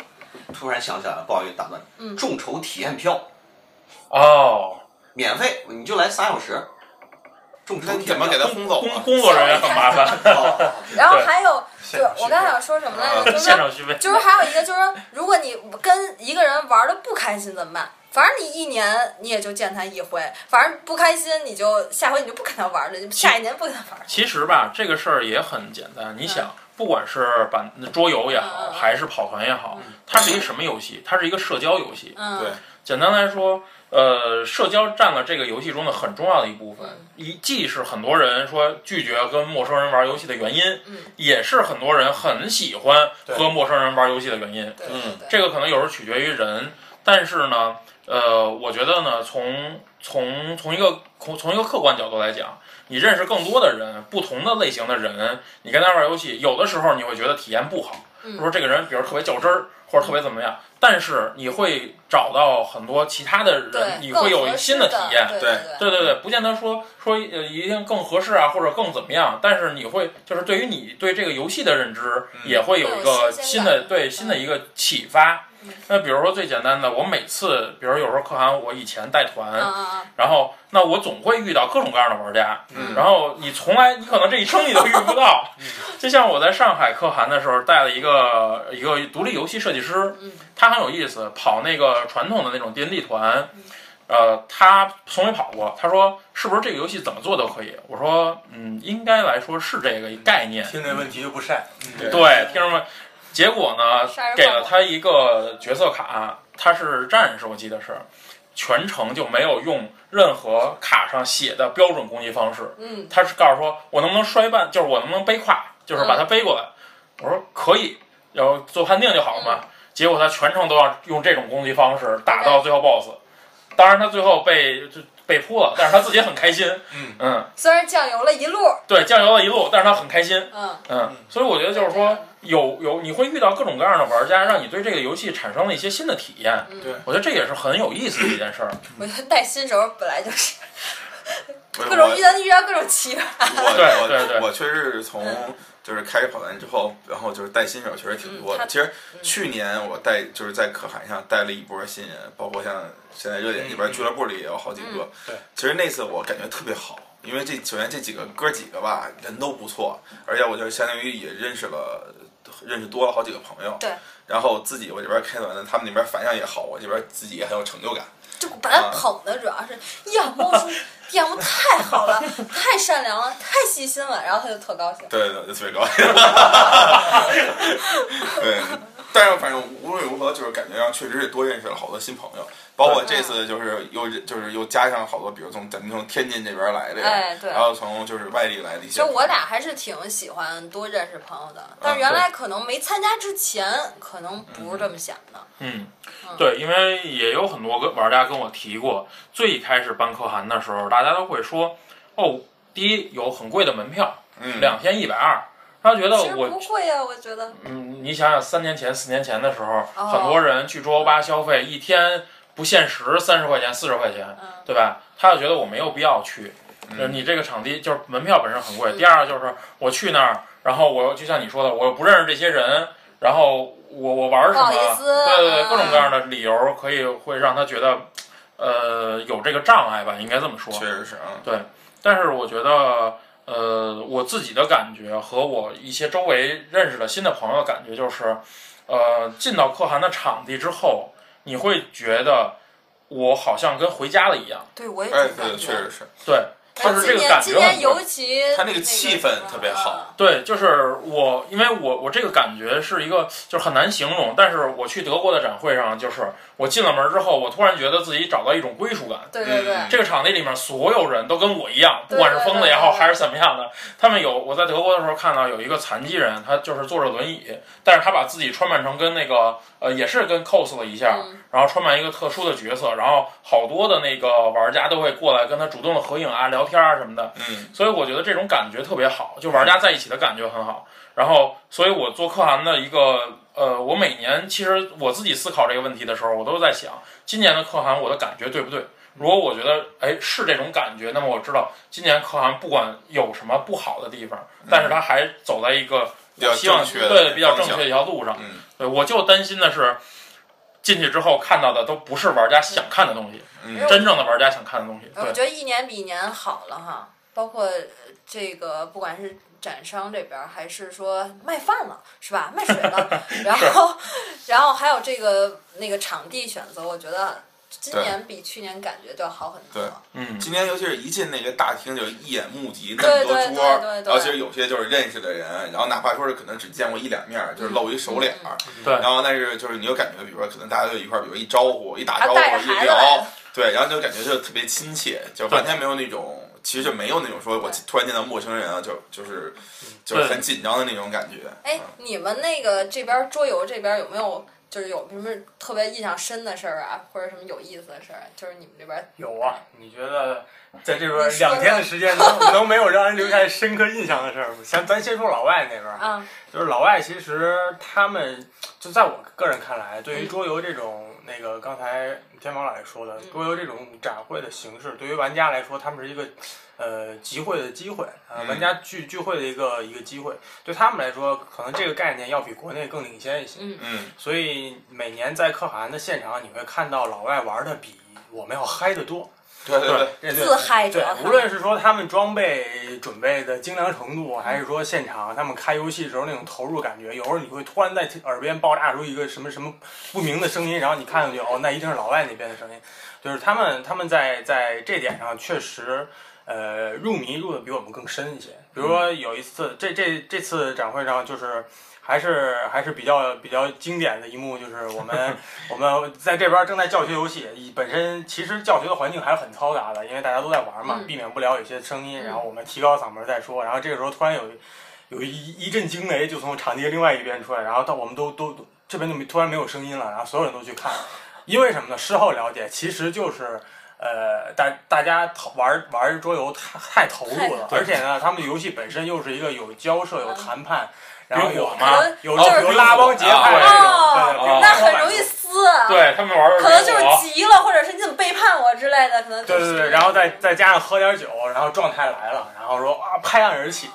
突然想起来了，不好意思打断，你，众筹体验票
哦，
免费，你就来仨小时。众筹
那
体
你
验票
怎么给他轰走
工
啊？
工作人员很麻烦，
哦
然后
对呃
还有，就
现
我刚才想说什么来着？就是
现
说
场续费。
就是还有一个就是说，如果你跟一个人玩的不开心怎么办？反正你一年你也就见他一回，反正不开心你就下回你就不跟他玩了，就下一年不跟他玩了。
其实吧，这个事儿也很简单。你想，不管是板桌游也好，
嗯嗯嗯
还是跑团也好，它是一个什么游戏？它是一个社交游戏。
嗯，
对
简单来说，呃，社交占了这个游戏中的很重要的一部分
嗯，
一既是很多人说拒绝跟陌生人玩游戏的原因
嗯，
也是很多人很喜欢和陌生人玩游戏的原因。
对
嗯
对对。
这个可能有时候取决于人，但是呢，呃，我觉得呢，从从从一个从从一个客观角度来讲，你认识更多的人，不同的类型的人，你跟他玩游戏，有的时候你会觉得体验不好，
嗯
说这个人比如特别较真儿，或者特别怎么样，但是你会找到很多其他的
对，
人，你
更
会有
合
新
适
的
的
体验。
对 对
对对对，不见得说说呃一定更合适啊，或者更怎么样，但是你会就是对于你对这个游戏的认知
嗯
也会有一个
会有新鲜
新的
感
对
嗯
新的一个启发
嗯。
那比如说最简单的，我每次比如有时候可汗，我以前带
嗯
团，
嗯嗯，
然后那我总会遇到各种各样的玩家，
嗯
然后你从来你可能这一生你都遇不到。 就像我在上海可汗的时候，带了一个一个独立游戏设计师，
嗯
他很有意思，跑那个传统的那种 D N D 团，呃，他从没跑过。他说是不是这个游戏怎么做都可以？我说嗯，应该来说是这个概念。
听这问题就不晒。
对
对，听着吗？结果呢
杀人，
给
放
了
火
他一个角色卡，他是战士，我记得是，全程就没有用任何卡上写的标准攻击方式，
嗯
他是告诉说我能不能摔半，就是我能不能背胯，就是把他背过来。我说可以，然后做判定就好了嘛。结果他全程都要用这种攻击方式打到最后 BOSS，当然他最后被就被扑了，但是他自己很开心。
嗯
嗯，
虽然酱油了一路，
对，酱油了一路，但是他很开心。
嗯，
嗯，所以我觉得就是说，有有你会遇到各种各样的玩家，让你对这个游戏产生了一些新的体验。
嗯
对
我觉得这也是很有意思的一件事儿。
我觉得带新手本来就是
我
各种遇到遇到各种奇葩，
我
对
我
对对
我确实是从就是开始跑团之后，然后就是带新手确实挺多
嗯
的。
他
其实去年我带就是在可汗上带了一波新人，包括像现在热点这边
嗯
俱乐部里也有好几个。
对，
其实那次我感觉特别好，因为这首先这几个哥几个吧人都不错，而且我就相当于也认识了。认识多了好几个朋友，
对，
然后自己我这边开团的，他们那边反响也好，我这边自己也很有成就感。
就把他捧的主要是呀，猫叔，呀，我太好了，太善良了，太细心了，然后他就特高兴。
对对，对，就特别 高兴。对，但是反正无论如何，就是感觉上确实是多认识了好多新朋友，包括这次就是又就是又加上好多，比如从咱们从天津这边来的，
哎对
然后从就是外地来的一些
就
朋友，
我俩还是挺喜欢多认识朋友的，但是原来可能没参加之前，可能不是这么想的。
嗯，对，因为也有很多个玩家跟我提过，最一开始办可汗的时候，大家都会说，哦，第一有很贵的门票，
嗯，
两天一百二，他觉得
其实
我
不贵啊，我觉得。
嗯，你想想，三年前、四年前的时候，
哦
很多人去桌游吧消费，一天不限时，三十块钱、四十块钱，
嗯
对吧？他就觉得我没有必要去，就是你这个场地就是门票本身很
嗯
贵。第二就是我去那儿，然后我就像你说的，我又不认识这些人，然后我我玩什么，
不好意思
对对对，
嗯
各种各样的理由可以会让他觉得，呃，有这个障碍吧，应该这么说。
确实是啊，
但是我觉得，呃，我自己的感觉和我一些周围认识的新的朋友感觉就是，呃，进到可汗的场地之后，你会觉得我好像跟回家了一样，
对，我也
哎
挺，
对，
感
确
觉。
实是，
对，他是
今
这个
年
感
今
觉
年
很
尤
多。
其
他那个气氛特别
嗯
好，
对，就是我，因为我我这个感觉是一个，就是很难形容。但是我去德国的展会上，就是我进了门之后，我突然觉得自己找到一种归属感。
对对对
嗯，
这个场地里面所有人都跟我一样，不
对
管是疯子也好
对对对
还是怎么样的，他们有我在德国的时候看到有一个残疾人，他就是坐着轮椅，但是他把自己穿扮成跟那个呃也是跟 cos 了一下，
嗯
然后穿扮一个特殊的角色，然后好多的那个玩家都会过来跟他主动的合影啊、聊天啊什么的，
嗯，
所以我觉得这种感觉特别好，就玩家在一起的感觉很好。然后，所以我做可汗的一个呃，我每年其实我自己思考这个问题的时候，我都在想，今年的可汗我的感觉对不对？如果我觉得哎是这种感觉，那么我知道今年可汗不管有什么不好的地方，但是他还走在一个
嗯比较
我希望
正确的
对比较正
方向
确的一条路上。
嗯
对，我就担心的是。进去之后看到的都不是玩家想看的东西，
嗯
因为
真正的玩家想看的东西。
我
对，
觉得一年比一年好了哈，包括呃这个不管是展商这边儿，还是说卖饭了是吧，卖水 了，然
啊
后然后还有这个那个场地选择，我觉得今
对
年比去年感觉就要好很多
对。
嗯，
今年尤其是一进那个大厅，就一眼目及那么多
对对
桌，
对对对
然后其实有些就是认识的人，然后哪怕说是可能只见过一两面，就是露一手脸
嗯
儿，
对
然后但是就是你就感觉，比如说可能大家就一块儿，比如一招呼、一打
还
招呼、
带着
一
孩子来
聊
了，
对，然后就感觉就特别亲切，就完全没有那种，其实就没有那种说我
对
突然见到陌生人啊，就就是就是很紧张的那种感觉。
哎，
嗯
你们那个这边儿桌游这边儿有没有就是有什么特别印象深的事儿啊，或者什么有意思的事儿啊？就是你们这边儿
有啊，你觉得在这
你
边
说
两天的时间能能没有让人留下深刻印象的事儿吗？咱咱先说老外那边儿，
啊，
就是老外其实他们就在我个人看来，对于桌游这种那个刚才天王老师说的
嗯
桌游这种展会的形式，对于玩家来说，他们是一个呃集会的机会啊、
嗯
玩家聚聚会的一个一个机会，对他们来说，可能这个概念要比国内更领先一些。
嗯，
嗯，
所以每年在可汗的现场，你会看到老外玩的比我们要嗨得多。
对对对，
这
自嗨主
对
要，是
无论是说他们装备准备的精良程度，还是说现场他们开游戏时候那种投入感觉，有时候你会突然在耳边爆炸出一个什么什么不明的声音，然后你看上去哦，那一定是老外那边的声音。就是他们他们在在这点上确实，呃，入迷入的比我们更深一些。比如说有一次，这这这次展会上就是。还是还是比较比较经典的一幕，就是我们我们在这边正在教学游戏，以本身其实教学的环境还是很嘈杂的，因为大家都在玩嘛，
嗯
避免不了有些声音。
嗯
然后我们提高嗓门再说，然后这个时候突然有有一一阵惊雷就从场地另外一边出来，然后到我们都都都这边就没突然没有声音了，然后所有人都去看，因为什么呢？事后了解，其实就是。呃，大大家投玩玩桌游太太投入了，
太
而且呢，他们游戏本身又是一个有交涉、有谈判，然后
比
有
我
可
妈
能
有
就是啊
有拉帮结派这种，对
哦
对
那很容易撕啊。
对他们玩的
可能就
比我
是急了，或者是你怎么背叛我之类的，可 能就
对
是
对对，然后再再加上喝点酒，然后状态来了，然后说啊拍案而起。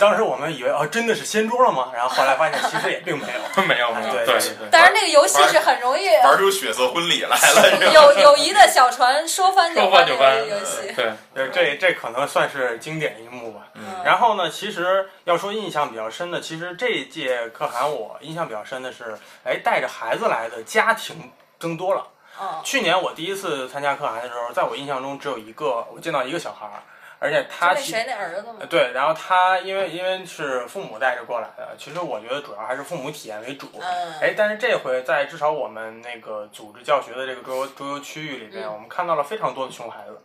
当时我们以为啊真的是掀桌了吗？然后后来发现其实也并没 有。
没有
啊
没有，
对
对
对
对
但是那个游戏是很容易
玩出血色婚礼来了，
友友谊的小船说翻就
说翻就
那
翻
个游戏，
对，
对，这这可能算是经典一幕吧。
嗯，
然后呢，其实要说印象比较深的，其实这一届可汗我印象比较深的是，哎，带着孩子来的家庭增多了。
嗯，
去年我第一次参加可汗的时候，在我印象中只有一个，我见到一个小孩儿，而且他
那
其
谁那儿子吗
呃？对，然后他因为因为是父母带着过来的，其实我觉得主要还是父母体验为主。
嗯
哎，但是这回在至少我们那个组织教学的这个桌游桌游区域里边，
嗯
我们看到了非常多的熊孩子。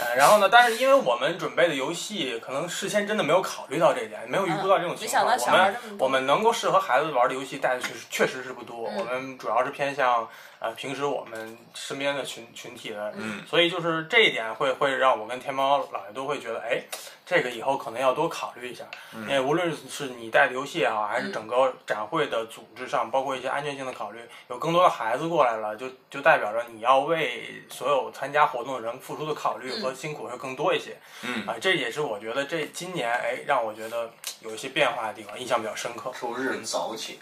呃，然后呢，但是因为我们准备的游戏可能事先真的没有考虑到这一点，没有预估到这种
嗯没
情
想
况，
到
我
小孩
们
这么
我
多，
们能够适合孩子玩的游戏带的确实确实是不多，
嗯
我们主要是偏向呃平时我们身边的群群体的，
嗯
所以就是这一点会会让我跟天猫老爷都会觉得，哎，这个以后可能要多考虑一下，因为无论是你带的游戏也好，还是整个展会的组织上，包括一些安全性的考虑，有更多的孩子过来了，就就代表着你要为所有参加活动的人付出的考虑和辛苦会更多一些，
嗯
啊、这也是我觉得这今年哎让我觉得有一些变化的地方，印象比较深刻。
周日早起，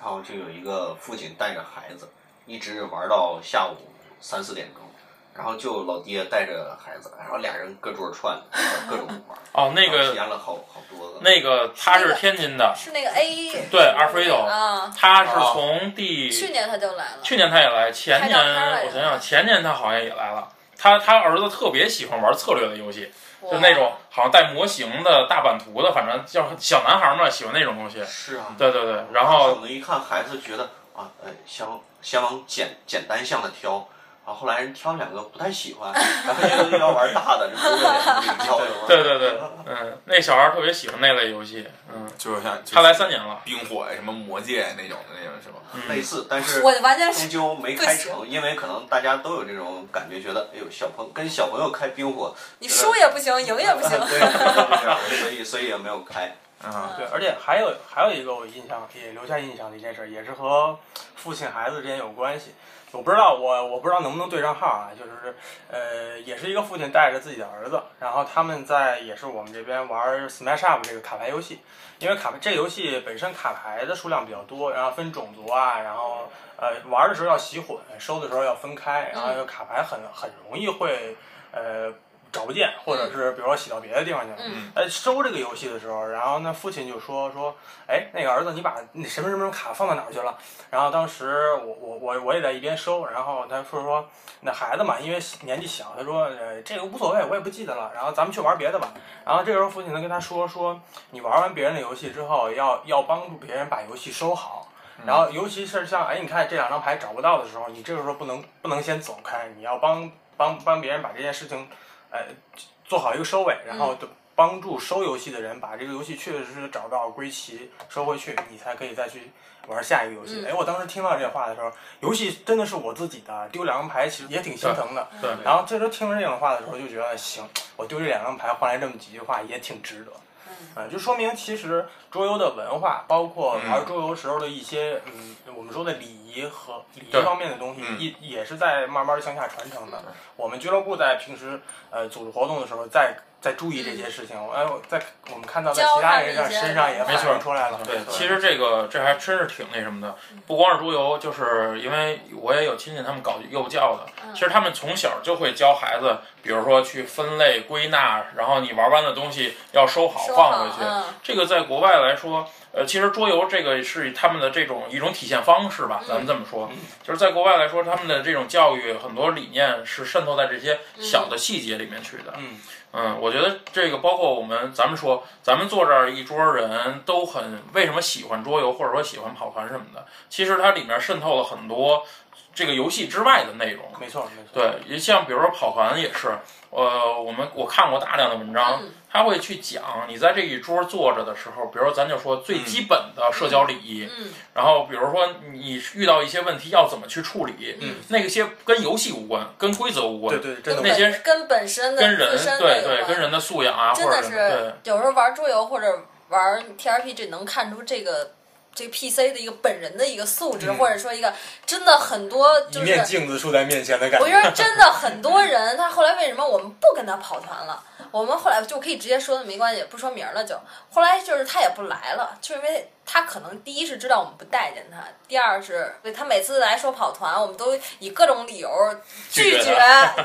然后就有一个父亲带着孩子，一直玩到下午三四点钟，然后就老爹带着孩子，然后俩人各桌串，各种玩，
哦，那
然后体
个
验了好好多个。
那个他是天津的，
是那个 A
对阿尔弗雷斗
啊，
他
哦
是从第
去年他就来了，
去年他也来，前
拍
年
照片儿来着
我想想，前年他好像也来了。他他儿子特别喜欢玩策略的游戏，就那种好像带模型的、大版图的，反正叫小男孩嘛，喜欢那种东西。
是啊，
对对对，然后
可能一看孩子觉得啊，呃，先先往简简单项的挑。然后后来人挑两个不太喜欢，然后觉得要玩大的，就不是你挑的玩。
对对对，嗯，那小孩儿特别喜欢那类游戏，嗯，
就是像
他来三年了，
冰火呀、什么魔戒那种的那种是吧？
类似，但是
我完全
终
是
究没开成，因为可能大家都有这种感觉，觉得哎呦，小朋跟小朋友开冰火，
你输也不行，赢也不行，
对，就是这样所以所以也没有开。
嗯，
啊对，而且还有还有一个我印象也留下印象的一件事，也是和父亲孩子之间有关系。我不知道我我不知道能不能对上号啊，就是呃，也是一个父亲带着自己的儿子，然后他们在也是我们这边玩 Smash Up 这个卡牌游戏，因为卡牌这个游戏本身卡牌的数量比较多，然后分种族啊，然后呃玩的时候要洗混，收的时候要分开，然后卡牌很很容易会呃找不见，或者是比如说洗到别的地方去了。
嗯
哎，收这个游戏的时候，然后呢，父亲就说说，哎，那个儿子，你把你什么什么卡放到哪儿去了？然后当时我我我我也在一边收，然后他说说，那孩子嘛，因为年纪小，他说呃这个无所谓，我也不记得了，然后咱们去玩别的吧。然后这个时候父亲呢跟他说说，你玩完别人的游戏之后，要要帮助别人把游戏收好。然后，尤其是像哎，你看这两张牌找不到的时候，你这个时候不能不能先走开，你要帮帮帮别人把这件事情，呃，做好一个收尾，然后就帮助收游戏的人把这个游戏确实是找到归齐收回去，你才可以再去玩下一个游戏。
嗯
哎、我当时听到这话的时候，游戏真的是我自己的，丢两张牌其实也挺心疼的。
对，
然后这时候听着这种话的时候，就觉得哎行，我丢这两张牌换来这么几句话也挺值得。
嗯
啊、就说明其实桌游的文化，包括玩桌游时候的一些，嗯，我们说的礼仪和礼仪
对
方面的东西，
嗯
也也是在慢慢地向下传承的。我们俱乐部在平时呃组织活动的时候，在在注意这些事情。哎、我在我们看到在
教
其他
他们
人上
嗯一些
身上也
没
反
错
映出来了。
对，嗯其实这个这还真是挺那什么的，不光是桌游，就是因为我也有亲戚他们搞幼教的，其实他们从小就会教孩子，比如说去分类归纳，然后你玩完的东西要收好
说
放回去，
嗯
这个在国外来说，呃，其实桌游这个是他们的这种一种体现方式吧，咱们这么说，就是在国外来说，他们的这种教育很多理念是渗透在这些小的细节里面去的。
嗯
嗯我觉得这个包括我们，咱们说，咱们坐这儿一桌人都很为什么喜欢桌游，或者说喜欢跑团什么的，其实它里面渗透了很多这个游戏之外的内容。
没错没错。
对，也像比如说跑团也是，呃，我们我看过大量的文章，
嗯
他会去讲你在这一桌坐着的时候，比如说咱就说最
嗯
基本的社交礼仪，
嗯
然后比如说你遇到一些问题要怎么去处理，
嗯
那些跟游戏无关，跟规则无关，
对对，真的
跟
那些
本跟本身的
跟人
自身的
对
有
对
关
跟人的素养啊，
真
或者
的
什么对
是。有时候玩桌游或者玩 TRPG 能看出这个。这个 PC 的一个本人的一个素质，
嗯
或者说一个真的很多
一
就是
面镜子竖在面前的感
我
觉
觉。得真的很多人，他后来为什么我们不跟他跑团了？我们后来就可以直接说的，没关系，不说名儿了就。后来就是他也不来了，就因为他可能第一是知道我们不待见他，第二是他每次来说跑团，我们都以各种理由
拒
拒
绝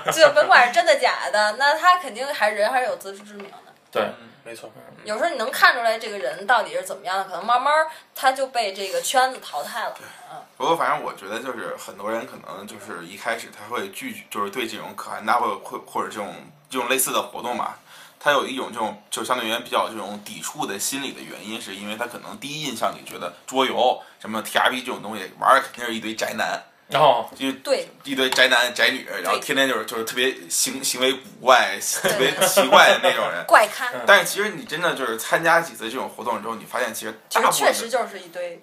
绝，就甭管是真的假的，那他肯定还人还是有自知之明的。
对，
嗯没错，
有时候你能看出来这个人到底是怎么样的，可能慢慢儿他就被这个圈子淘汰了。嗯，
不过反正我觉得就是很多人可能就是一开始他会拒绝，就是对这种可汗大会或或者这种这种类似的活动吧，他有一种这种就相对于比较这种抵触的心理的原因，是因为他可能第一印象里觉得桌游什么 TRP 这种东西玩儿肯定是一堆宅男，
然后
就
对，
一堆宅男宅女，然后天天就是就是特别行行为古怪、特别奇怪的那种人。
怪咖，
但是其实你真的就是参加几次这种活动之后，你发现其实
其
大
实
部
确
分
实就是一堆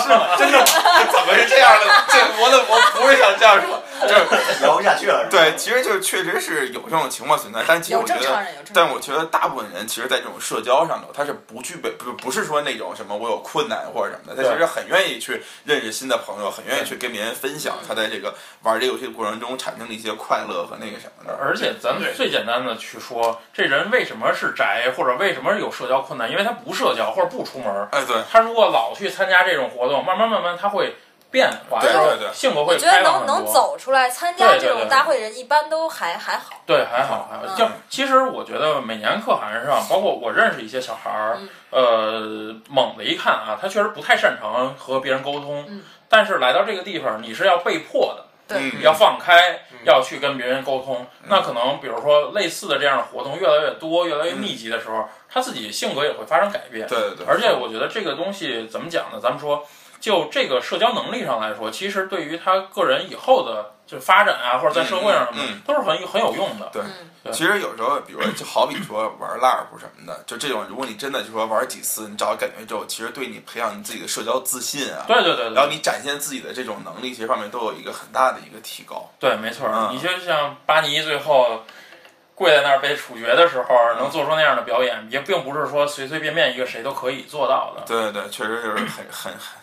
怎么是这样的？这我的我不是想这 样说，就是
聊不下去了。是吧
对，其实就是确实是有这种情况存在，但其实
有
我觉
正常
得，
人，有正常
但
人。
我觉得大部分人其实，在这种社交上头，他是不具备，不不是说那种什么我有困难或者什么的，他其实很愿意去认识新的朋友，很愿意去跟别人分
嗯
享他在这个玩这个游戏的过程中产生的一些快乐和那个什么的。
而且咱们最简单的去说，这人为什么是宅，或者为什么有社交困难，因为他不社交或者不出门儿。
哎，对，
他如果老去参加这种活动，慢慢慢慢他会变化，
对
然后
对对
性格
我
会
觉得
开放
能能
很多。
走出来参加
对
这
对
种
对
大会人，一般都还还好。
对，还好还好。
嗯
就其实我觉得每年可汗上，啊包括我认识一些小孩儿，
嗯
呃，猛的一看啊，他确实不太擅长和别人沟通，
嗯
但是来到这个地方，你是要被迫的。
对
嗯
你要放开
嗯，
要去跟别人沟通。那可能比如说类似的这样的活动越来越多、越来越密集的时候，他自己性格也会发生改变。
嗯对对对，
而且我觉得这个东西怎么讲呢？咱们说，就这个社交能力上来说，其实对于他个人以后的就发展啊，或者在社会上什么的，
嗯嗯
都是很很有用的。
对
嗯，
其实有时候，比如就好比说玩 LARP 什么的，就这种，如果你真的就说玩几次，你找到感觉之后，其实对你培养你自己的社交自信啊，
对对对
然后
对，
你展现自己的这种能力，其实方面都有一个很大的一个提高。
对，没错儿。
嗯
你就像巴尼最后跪在那儿被处决的时候，
嗯
能做出那样的表演，也并不是说随随便便一个谁都可以做到的。
对对对，确实就是很很很。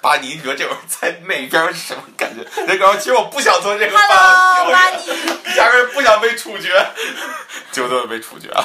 巴尼，你说这会儿在那边是什么感觉？人告诉我，其实我不想做这个饭，
Hello，
我
巴尼，
压根儿不想被处决，结果都被处决了。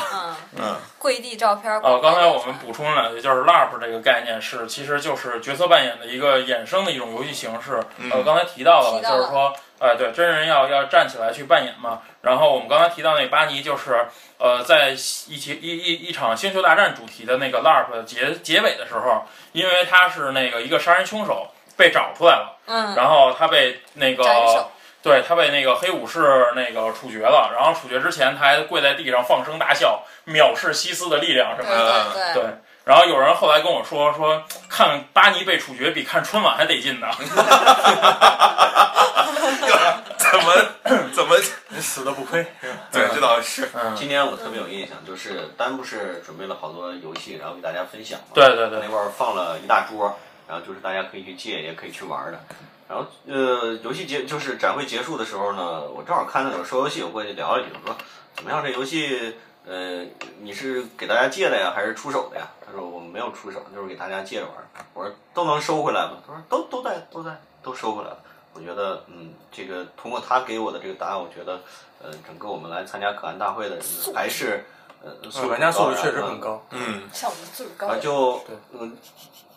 嗯，
嗯，
跪地照片。
哦，刚才我们补充了两句，就是 LARP 这个概念是，其实就是角色扮演的一个衍生的一种游戏形式。
嗯
呃，刚才提到了，
提到了
就是说，呃，对，真人要要站起来去扮演嘛。然后我们刚才提到那巴尼，就是呃，在一起一一一场星球大战主题的那个 LARP 结结尾的时候，因为他是那个一个杀人凶手被找出来了，
嗯，
然后他被那个
斩首。
对他被那个黑武士那个处决了，然后处决之前他还跪在地上放声大笑，藐视西斯的力量什
对
么的。
对对，
嗯对，然后有人后来跟我说说，看巴尼被处决比看春晚还得劲呢。
嗯怎么怎么？
你死的不亏。
对，这倒是。
嗯，
今年我特别有印象，就是丹不是准备了好多游戏，然后给大家分享嘛。
对对
那
对，
块儿放了一大桌，然后就是大家可以去借，也可以去玩儿的。然后呃，游戏结就是展会结束的时候呢，我正好看到有说游戏，我过去聊了几句，我说怎么样这游戏？呃，你是给大家借的呀，还是出手的呀？他说我没有出手，就是给大家借着玩儿。我说都能收回来吗？他说都都在都在都收回来了。我觉得嗯，这个通过他给我的这个答案，我觉得呃，整个我们来参加可汗大会的人呢还是呃，素质
玩家素质
高
确实
然后
很高，
嗯，
像我们素质高
啊，
的人。
就
对
嗯，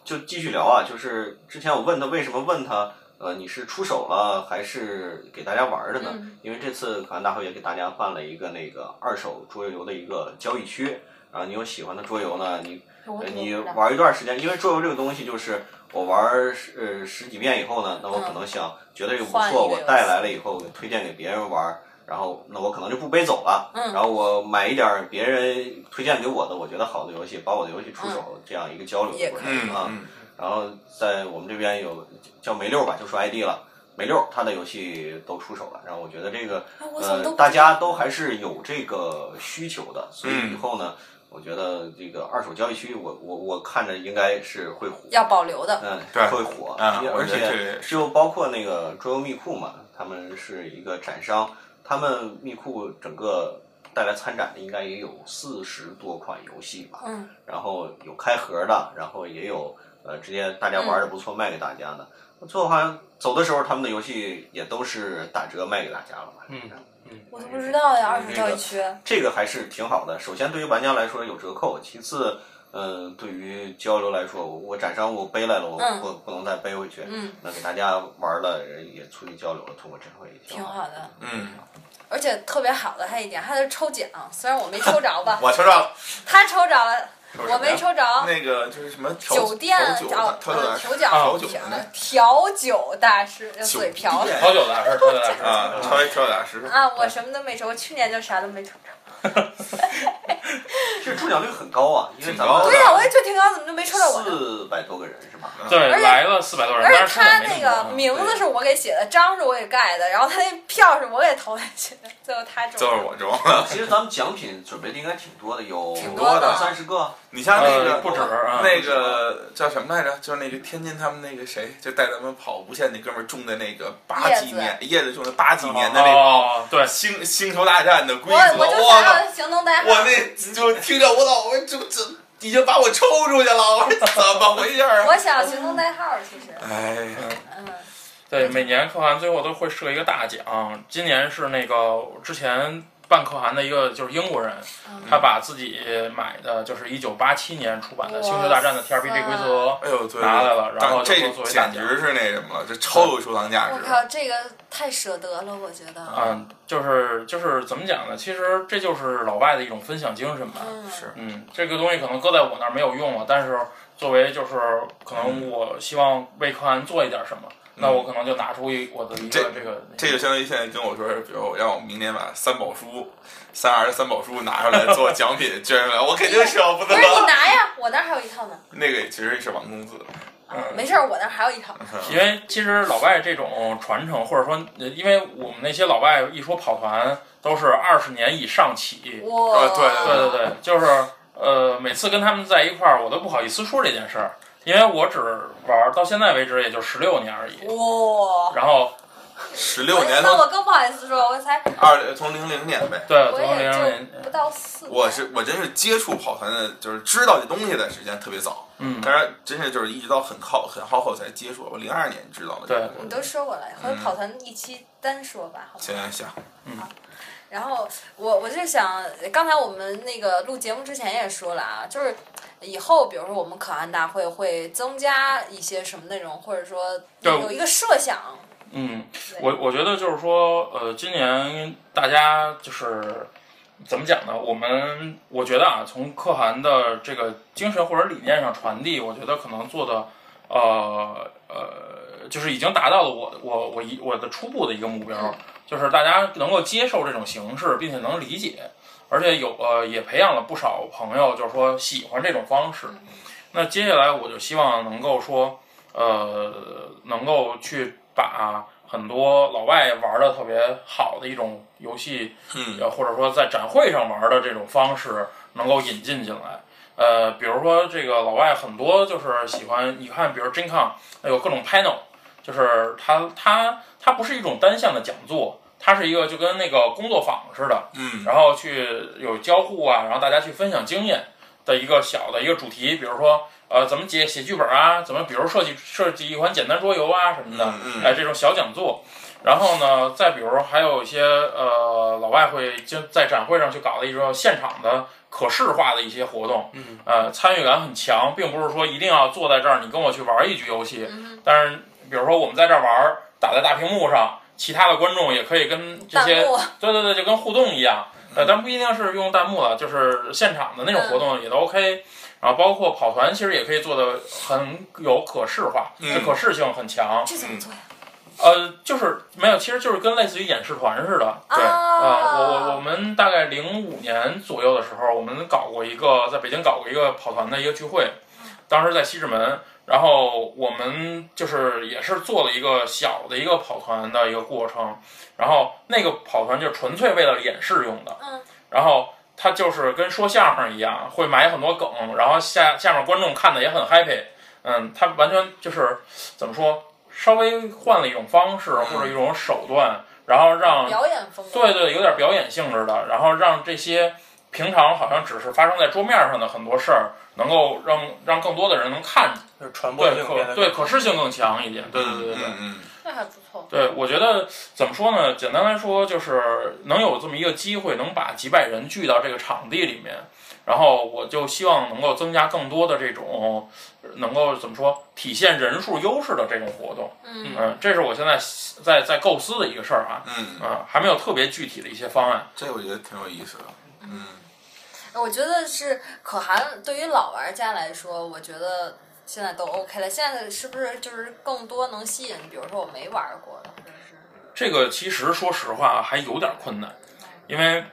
就继续聊啊，就是之前我问他为什么问他，呃，你是出手了还是给大家玩儿的呢？
嗯
因为这次可汗大会也给大家办了一个那个二手桌游的一个交易区，然后你有喜欢的桌游呢，你
我
呃
怎么
你
知道
玩一段时间，因为桌游这个东西就是我玩儿十呃十几遍以后呢，那我
嗯
可能想觉得这个不
换一个
错，我
游戏
带来了以后推荐给别人玩儿，然后那我可能就不背走了。
嗯
然后我买一点儿别人推荐给我的，我觉得好的游戏，把我的游戏出手，这样一个交流
嗯也
的过程
嗯
啊。
嗯
然后在我们这边有叫梅六吧，就说 ID 了。梅六他的游戏都出手了，然后我觉得这个
哎我怎么
呃
都不
大家都还是有这个需求的，所以
嗯
以后呢，我觉得这个二手交易区，我我我看着应该是会火，
要保留的，
嗯，
对
会火，
啊我
而
觉得这
且
个是
就包括那个桌游密库嘛，他们是一个展商，他们密库整个带来参展的应该也有四十多款游戏吧，
嗯，
然后有开盒的，然后也有呃直接大家玩
嗯
的不错卖给大家的，最后好像走的时候他们的游戏也都是打折卖给大家了吧，
嗯
我都不知道呀，二手交易区。
这个还是挺好的。首先对于玩家来说有折扣，其次，呃，对于交流来说，我我展商我背来了，我
嗯
不、不能再背回去。
嗯，
那给大家玩了，也促进交流了，通过展会也
挺
好
好的，
嗯，
而且特别好的还一点，还是抽奖，虽然我没抽着吧，
我抽到了，
他抽着了，
抽什么呀
我没抽着。
那个就是什么调
酒店
调酒
哦
的，，调酒的
调酒
调啊酒
啊
的那
调酒大师，就嘴瓢了
调酒的还是调酒的？
啊，稍微调酒大师。
啊！我什么都没抽，我去年就啥都没抽着。
其实中奖率很高啊，因为咱
挺高
们
的
对呀、我也觉得挺高，怎么就没抽到我呢？
四百多个人是吧？
对，
而且
来了四百多人，
而且
但是抽奖
他那
没那么
个
多啊
名字是我给写的，章是我给盖的，然后他那票是我给投下去的，最后他中
最后
了。
我中 了，
其实咱们奖品准备的应该挺多的，有
挺多的啊
三十个，
你像那个
呃不止啊
那个叫什么来着？就是那个天津他们那个谁，就带咱们跑无限那哥们儿种的那个八
叶
几
子
年叶子种的八几年的那个
哦，对，
星星球大战的规
我
则，
我就
我
想
操！
要行动代
我
号。
那就听着我老我就这已经把我抽出去了，我说怎么回事儿啊？
我想要行动代号，其实，
哎呀，
嗯，
对，每年可汗最后都会设一个大奖，今年是那个之前办可汗的一个就是英国人，
嗯
他把自己买的就是一九八七年出版的《星球大战》的 TRPG 规则，
哎呦，对，
拿来了然后
这
就作为大
简
奖
直是那什么了，这超有收藏价值
我。靠，这个太舍得了，我觉得。
嗯，就是就是怎么讲呢？其实这就是老外的一种分享精神吧。
嗯，
是
嗯，这个东西可能搁在我那儿没有用了，但是作为就是可能我希望为可汗做一点什么，那我可能就拿出一我的一个
嗯这
这个
这就相当于现在跟我说，比如我让我明年把三宝书、三二三宝书拿出来做奖品捐出来，我肯定舍不
不
得
是。你拿呀，我那儿还有一套呢。
那个其实是王公子，
啊，没事儿，我那儿还有一套。
因为其实老外这种传承，或者说，呃因为我们那些老外一说跑团都是二十年以上起，
哇，
对对
对对对，就是呃，每次跟他们在一块儿，我都不好意思说这件事儿，因为我只玩儿到现在为止也就十六年而已，
哇，
然后
十六年
那
从
我更不好意思说，我才
二从零零年呗。
对，
我
从零零
也
年
就不到四年。
我是我真是接触跑团的，就是知道这东西的时间特别早，
嗯
当然真是就是一直到很靠很靠后才接触。我零二年知道的。
对嗯
你都说我了，回头跑团一期单说吧，好吗？
行行行，
然后我我就想，刚才我们那个录节目之前也说了啊，就是以后比如说我们可汗大会会增加一些什么内容，或者说
对
有一个设想，
嗯，我我觉得就是说，呃，今年大家就是怎么讲呢？我们我觉得啊，从可汗的这个精神或者理念上传递，我觉得可能做的，呃呃，就是已经达到了我我我一我的初步的一个目标，就是大家能够接受这种形式，并且能理解，而且有呃也培养了不少朋友，就是说喜欢这种方式。那接下来我就希望能够说，呃，能够去把很多老外玩的特别好的一种游戏，
嗯
呃，或者说在展会上玩的这种方式，能够引进进来。呃，比如说这个老外很多就是喜欢，你看，比如 Gen Con 那有各种 panel，就是它它它不是一种单向的讲座，它是一个就跟那个工作坊似的，
嗯，
然后去有交互啊，然后大家去分享经验的一个小的一个主题，比如说呃怎么解写剧本啊，怎么比如设计设计一款简单桌游啊什么的，
嗯嗯
哎这种小讲座。然后呢，再比如还有一些呃老外会就在展会上去搞的一种现场的可视化的一些活动，
嗯，
呃参与感很强，并不是说一定要坐在这儿你跟我去玩一局游戏，
嗯
但是比如说我们在这儿玩儿，打在大屏幕上，其他的观众也可以跟这
弹
些
幕
对对对，就跟互动一样，呃，但不一定是用弹幕了，就是现场的那种活动也都 OK。然后包括跑团，其实也可以做的很有可视化，
嗯
就可视性很强。
这怎么做呀？
呃，就是没有，其实就是跟类似于演示团似的。
对
哦
呃，我我
啊，
我们大概零五年左右的时候，我们搞过一个在北京搞过一个跑团的一个聚会，当时在西直门，然后我们就是也是做了一个小的一个跑团的一个过程，然后那个跑团就纯粹为了演示用的，
嗯，
然后它就是跟说相声一样，会埋很多梗，然后下下面观众看的也很 happy，嗯，它完全就是怎么说，稍微换了一种方式或者一种手段，然后让
表演风格，
对对，有点表演性质的，然后让这些平常好像只是发生在桌面上的很多事儿，能够让让更多的人能看见，
就是传播
对
性变
可
得
对可视性更强一点，对对对对对。
嗯
那还不错。
对，我觉得怎么说
嗯
呢？简单来说，就是能有这么一个机会，能把几百人聚到这个场地里面，然后我就希望能够增加更多的这种能够怎么说体现人数优势的这种活动。
嗯
嗯、这是我现在在在构思的一个事儿啊。
嗯，
啊，还没有特别具体的一些方案。
这我觉得挺有意思的。嗯，
我觉得是可汗对于老玩家来说，我觉得现在都 OK 了。现在是不是就是更多能吸引，比如说我没玩过的，或者是
这个其实说实话还有点困难，因为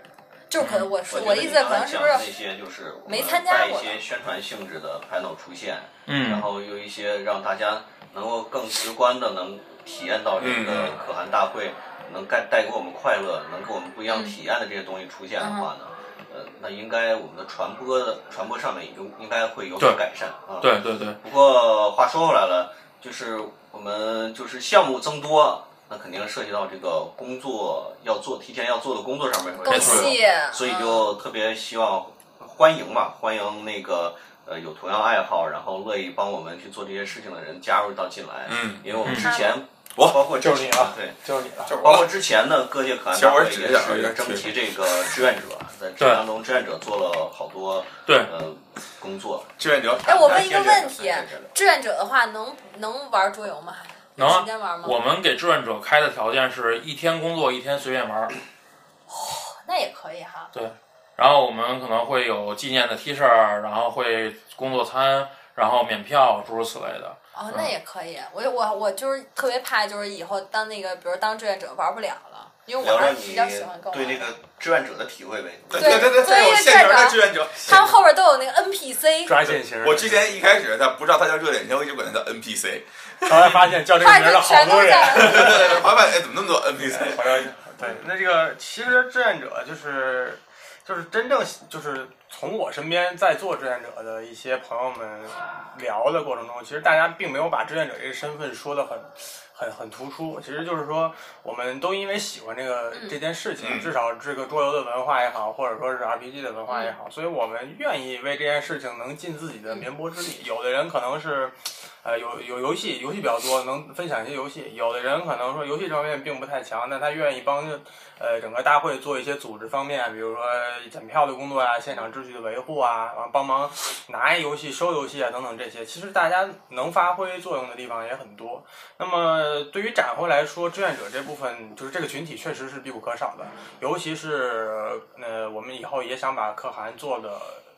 就是
嗯
可能我
我
说
觉
我
得
的意
你
思
刚
可
才
能是
讲
不
的
是
那些就是我们
没参加
带一
过
些
的
宣传性质的 panel 出现，然
嗯
后有一些让大家能够更直观的能体验到这个
嗯
可汗大会，能带带给我们快乐，能给我们不一样体验的这些东西出现的话呢，呃，那应该我们的传播的传播上面也就应该会有所
对
改善啊。
对对对，
不过话说回来了，就是我们就是项目增多，那肯定涉及到这个工作要做提前要做的工作上面会
更
有
错
细，
所以
嗯
就特别希望欢迎嘛，欢迎那个呃有同样爱好，然后乐意帮我们去做这些事情的人加入到进来。
嗯，
因为我们
嗯
之前
我
包括之
就是你啊
对，
就是你了。
就是
包
我
括
了。
之前的各界可汗
其实
大
我
会
是指
也
这点儿有
是
点
征集
缺
这个志愿者，在这当中志愿者做了好多
对
呃工作。
志愿者，
哎，我问一个问
谢
题
谢谢谢，
志愿者的话能能玩桌游吗？还
能
有
啊
时间玩吗？
我们给志愿者开的条件是一天工作一天随便玩儿，
那也可以哈。
然后我们可能会有纪念的 T 恤儿，然后会工作餐，然后免票诸如此类的。
哦，那也可以。我我我就是特别怕，就是以后当那个，比如当志愿者玩不了了，因为我
聊
还
聊
是比
你
较喜欢跟我
对
玩
那个志愿者的体会呗。
对
对
对对，
作为
还有
一个
现
志愿
成的
者
志愿者。
他们后边都有那个 NPC，
抓现行。
我之前一开始他不知道他叫热点，前我一直管他叫 NPC。
后来发现叫这个
话
名儿
就
的好
全都
多人。
在了。
对对对，老板，哎，怎么那么多 NPC？
好像对， 那这个其实志愿者就是就是真正就是从我身边在做志愿者的一些朋友们聊的过程中，其实大家并没有把志愿者这个身份说的很。很很突出，其实就是说，我们都因为喜欢这个这件事情，至少这个桌游的文化也好，或者说是 RPG 的文化也好，所以我们愿意为这件事情能尽自己的绵薄之力。有的人可能是呃，有有游戏，游戏比较多，能分享一些游戏。有的人可能说游戏这方面并不太强，但他愿意帮呃整个大会做一些组织方面，比如说检票的工作啊、现场秩序的维护啊，然后帮忙拿游戏、收游戏啊等等这些。其实大家能发挥作用的地方也很多。那么对于展会来说，志愿者这部分就是这个群体确实是必不可少的，尤其是呃，我们以后也想把可汗做的。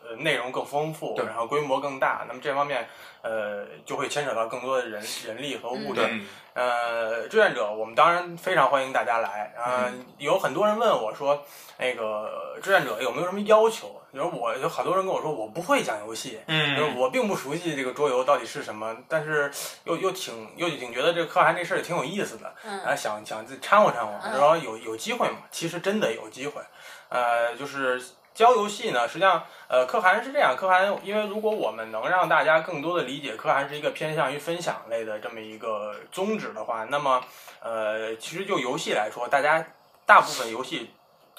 呃，内容更丰富，
对
然后规模更大，那么这方面呃，就会牵扯到更多的人人力和物力。
嗯
呃，志愿者，我们当然非常欢迎大家来。呃，有很多人问我说，那个志愿者有没有什么要求？就是我有好多人跟我说，我不会讲游戏，就是
哎
嗯，
我并不熟悉这个桌游到底是什么，但是又又挺又挺觉得这个可汗这事儿也挺有意思的，
哎
然后
嗯，
想想自己掺和掺和，
嗯
然后有有机会嘛，其实真的有机会，呃，就是。教游戏呢，实际上，呃，可汗是这样，可汗，因为如果我们能让大家更多的理解可汗是一个偏向于分享类的这么一个宗旨的话，那么，呃，其实就游戏来说，大家大部分游戏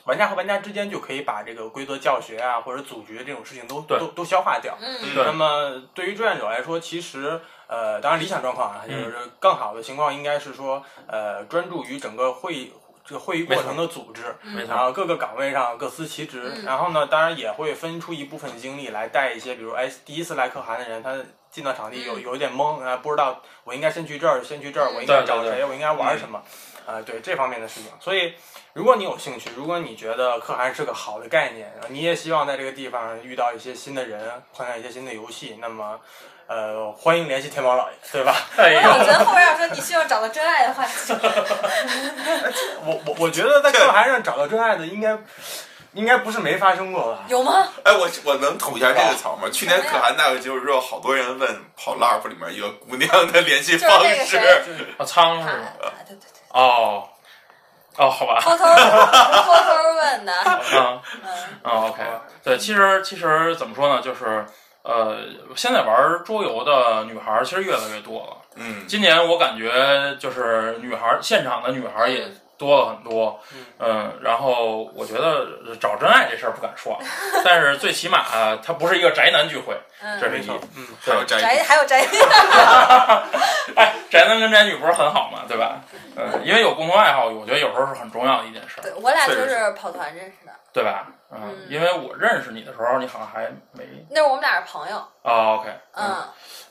玩家和玩家之间就可以把这个规则教学啊，或者组局这种事情都
对
都都消化掉。
嗯，
对
那么对于志愿者来说，其实呃，当然理想状况啊，就
嗯
是更好的情况应该是说，呃，专注于整个会议这个会议过程的组织，
没
然
错，
后各个岗位上各司其职。
嗯
然后呢，当然也会分出一部分精力来带一些，比如哎，第一次来可汗的人，他进到场地有
嗯
有一点懵啊，不知道我应该先去这儿，先去这儿，
嗯
我应该
对对
找
对嗯
谁，我应该玩什么。啊、对这方面的事情，所以如果你有兴趣，如果你觉得可汗是个好的概念，然后你也希望在这个地方遇到一些新的人，碰上一些新的游戏，那么，呃，欢迎联系天猫老爷，对吧？
哎
那我
呀，
觉得后边要说你希望找到真爱的话，
我我我觉得在可汗上找到真爱的，应该应该不是没发生过吧？
有吗？
哎，我我能吐一下这个槽吗？去年可汗大会结束之后，好多人问跑 LARP 里面一个姑娘的联系
就是
方
那个
式
谁，，
啊仓
啊
是吗？
啊对对对，
哦，哦，好吧，
偷偷 偷偷问的，
嗯。
嗯
啊、o k 对，其实其实怎么说呢，就是呃，现在玩桌游的女孩儿其实越来越多了。
嗯，
今年我感觉就是女孩儿现场的女孩儿也多了很多，
嗯
然后我觉得找真爱这事儿不敢 说，但是最起码、呃它不是一个宅男聚会，这
嗯，
是
没
一
错，嗯，
还有摘
宅还有宅，
哎，宅男跟宅女不是很好嘛，对吧？嗯，因为有共同爱好，我觉得有时候是很重要的一件事儿，
对我俩就
确实
是跑团认识的，
对吧？嗯，因为我认识你的时候，你好像还没
那会儿我们俩是朋友，
啊，OK，
嗯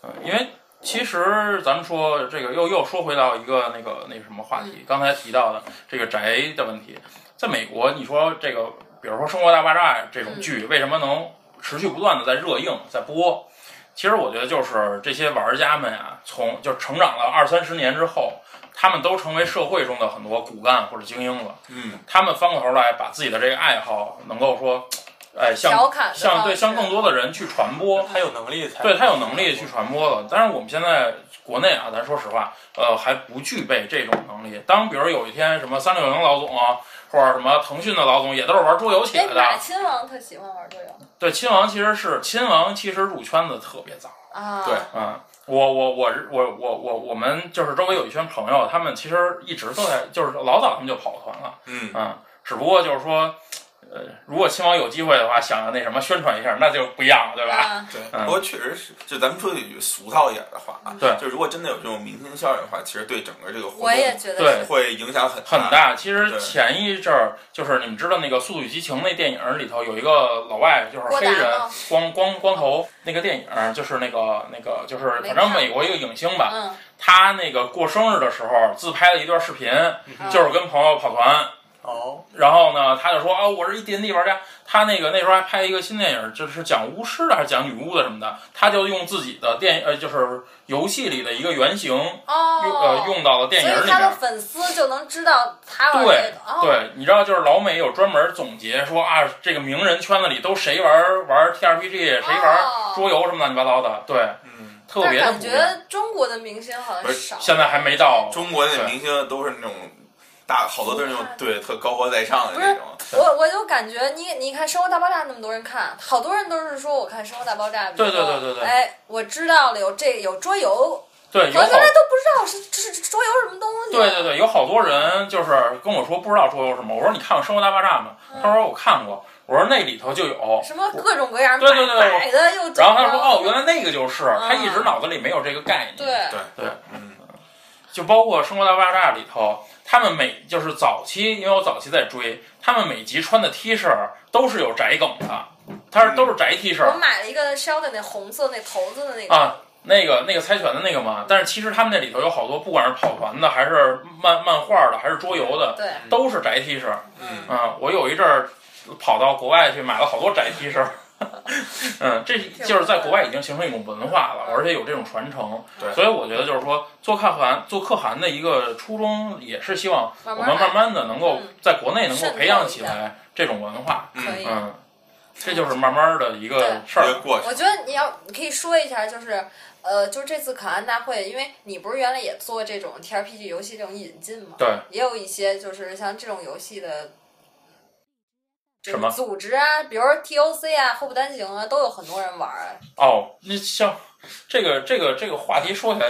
嗯，因为其实咱们说这个又又说回到一个那个那个什么话
嗯
题，刚才提到的这个宅的问题，在美国，你说这个，比如说《生活大爆炸》这
嗯
种剧，为什么能持续不断的在热映在播？其实我觉得就是这些玩家们呀、从就成长了二三十年之后，他们都成为社会中的很多骨干或者精英了。
嗯，
他们翻过头来，把自己的这个爱好能够说，哎，
调
向
侃的
向
方
对
式
向更多的人去传播，
他有能力才
对他有能力去传播了。但是我们现在国内啊，咱说实话，呃，还不具备这种能力。当比如有一天什么三六零老总啊，或者什么腾讯的老总，也都是玩桌游起
哎
来，
马
的。啊
亲王特喜欢玩桌游
对，亲王其实是亲王，其实入圈子特别早。
啊，
对
嗯，我我我我我我我们就是周围有一圈朋友，他们其实一直都在，就是老早他们就跑团了。
嗯，
嗯，只不过就是说，呃，如果亲王有机会的话，想那什么宣传一下，那就不一样了，对吧？
啊，
对。
嗯
不过确实是，就咱们说句俗套一点的话啊，
对
就如果真的有这种明星效应的话，其实对整个这个活
我也
动
觉得
对
是
会影响很
很
大。
大。其实
对
前一阵儿，就是你们知道那个《速度与激情》那电影里头有一个老外，就是黑
郭
人
达吗，
光光光头那个电影，就是那个那个就是
没
反正
看
美国一个影星吧，
嗯，
他那个过生日的时候自拍了一段视频，
嗯
就是跟朋友跑团，
哦，
然后呢，他就说啊、我是一 D N D 玩家。他那个那时候还拍一个新电影，就是讲巫师的还是讲女巫的什么的，他就用自己的电呃就是游戏里的一个原型用、呃
哦，
用到了电
所
影里
以
面。
他的粉丝就能知道他玩这
对
个，哦，
对，你知道就是老美有专门总结说啊，这个名人圈子里都谁玩玩 T R P G，谁玩
哦
桌游什么乱七八糟的，对，
嗯，
特别的
但
普
是
遍。
感觉中国的明星好像
不是
少，
现在还没到
中国的明星都是那种大，好多都是那种对特高高在上的那种。
我我就感觉你你看《生活大爆炸》那么多人看，好多人都是说我看《生活大爆炸》，比如
对对
说
对对对
哎，我知道了有这有桌游，
对
我
有
原
好
来都不知道是是是桌游什么东西，
对对对，有好多人就是跟我说不知道桌游什么，我说你看过《生活大爆炸》吗？他说我看过，我说那里头就有。
嗯什么各种各样
对对对
摆摆的又
然后他说哦，原来那个就是，他一直
嗯
脑子里没有这个概念。
对，
对
对，
嗯，
就包括《生活大爆炸》里头，他们每就是早期，因为我早期在追，他们每集穿的 T 恤都是有宅梗的，他是都是宅 T 恤
我买了一个 Sheldon 那红色那头子的那个，
啊。那个那个猜拳的那个嘛，但是其实他们那里头有好多，不管是跑团的，还是漫漫画的，还是桌游的，
对，
都是宅 T 恤。
嗯，
嗯，我有一阵儿跑到国外去买了好多宅 T 恤。 嗯，这就是在国外已经形成一种文化了，而且有这种传承。
对
所以我觉得就是说，做看韩、做可汗的一个初衷，也是希望我
慢
们
慢来
慢慢的能够
嗯
在国内能够
渗透
培养
一
起
下
来这种文化。
可以。
嗯，这就是慢慢的一个
对
事儿
一。个过去
我觉得你要你可以说一下，就是呃，就是这次考安大会，因为你不是原来也做这种 T R P G 游戏这种引进嘛，
对，
也有一些就是像这种游戏的。
什么
组织啊，比如说 TOC 啊、祸不单行啊，都有很多人玩儿。
哦，那像这个这个这个话题说起来，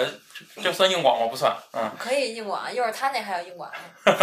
这这算硬广吗？不算。嗯
可以硬广，一会儿他那还有硬广呢。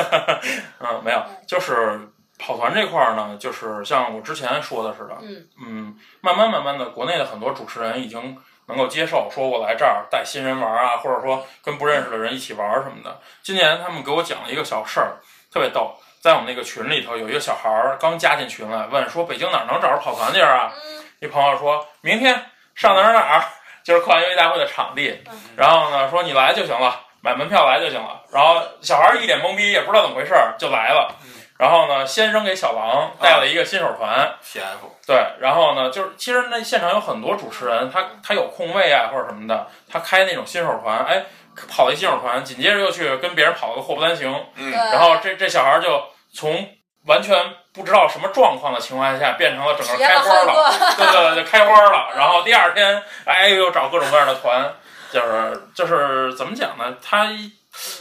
嗯，没有，就是跑团这块儿呢，就是像我之前说的似的，
嗯
嗯，慢慢慢慢的，国内的很多主持人已经能够接受，说我来这儿带新人玩啊，或者说跟不认识的人一起玩儿什么的。今年他们给我讲了一个小事儿，特别逗。在我们那个群里头，有一个小孩儿刚加进群来，问说北京哪儿能找着跑团地儿啊？
嗯，
一朋友说明天上哪儿哪儿哪儿，就是跨年大会的场地啊
嗯。
然后呢，说你来就行了，买门票来就行了。然后小孩儿一脸懵逼，也不知道怎么回事儿，就来了。然后呢，先扔给小王带了一个新手团，
，TF
对，然后呢，就是其实那现场有很多主持人，他他有空位啊或者什么的，他开那种新手团，哎，跑了一新手团，紧接着又去跟别人跑了个祸不单行，
对。
嗯，
然后这这小孩就从完全不知道什么状况的情况下，变成了整
体
个
验
开
了
花
好几
了，
个，
对对对，就开花了。然后第二天，哎，又找各种各样的团，就是就是怎么讲呢？他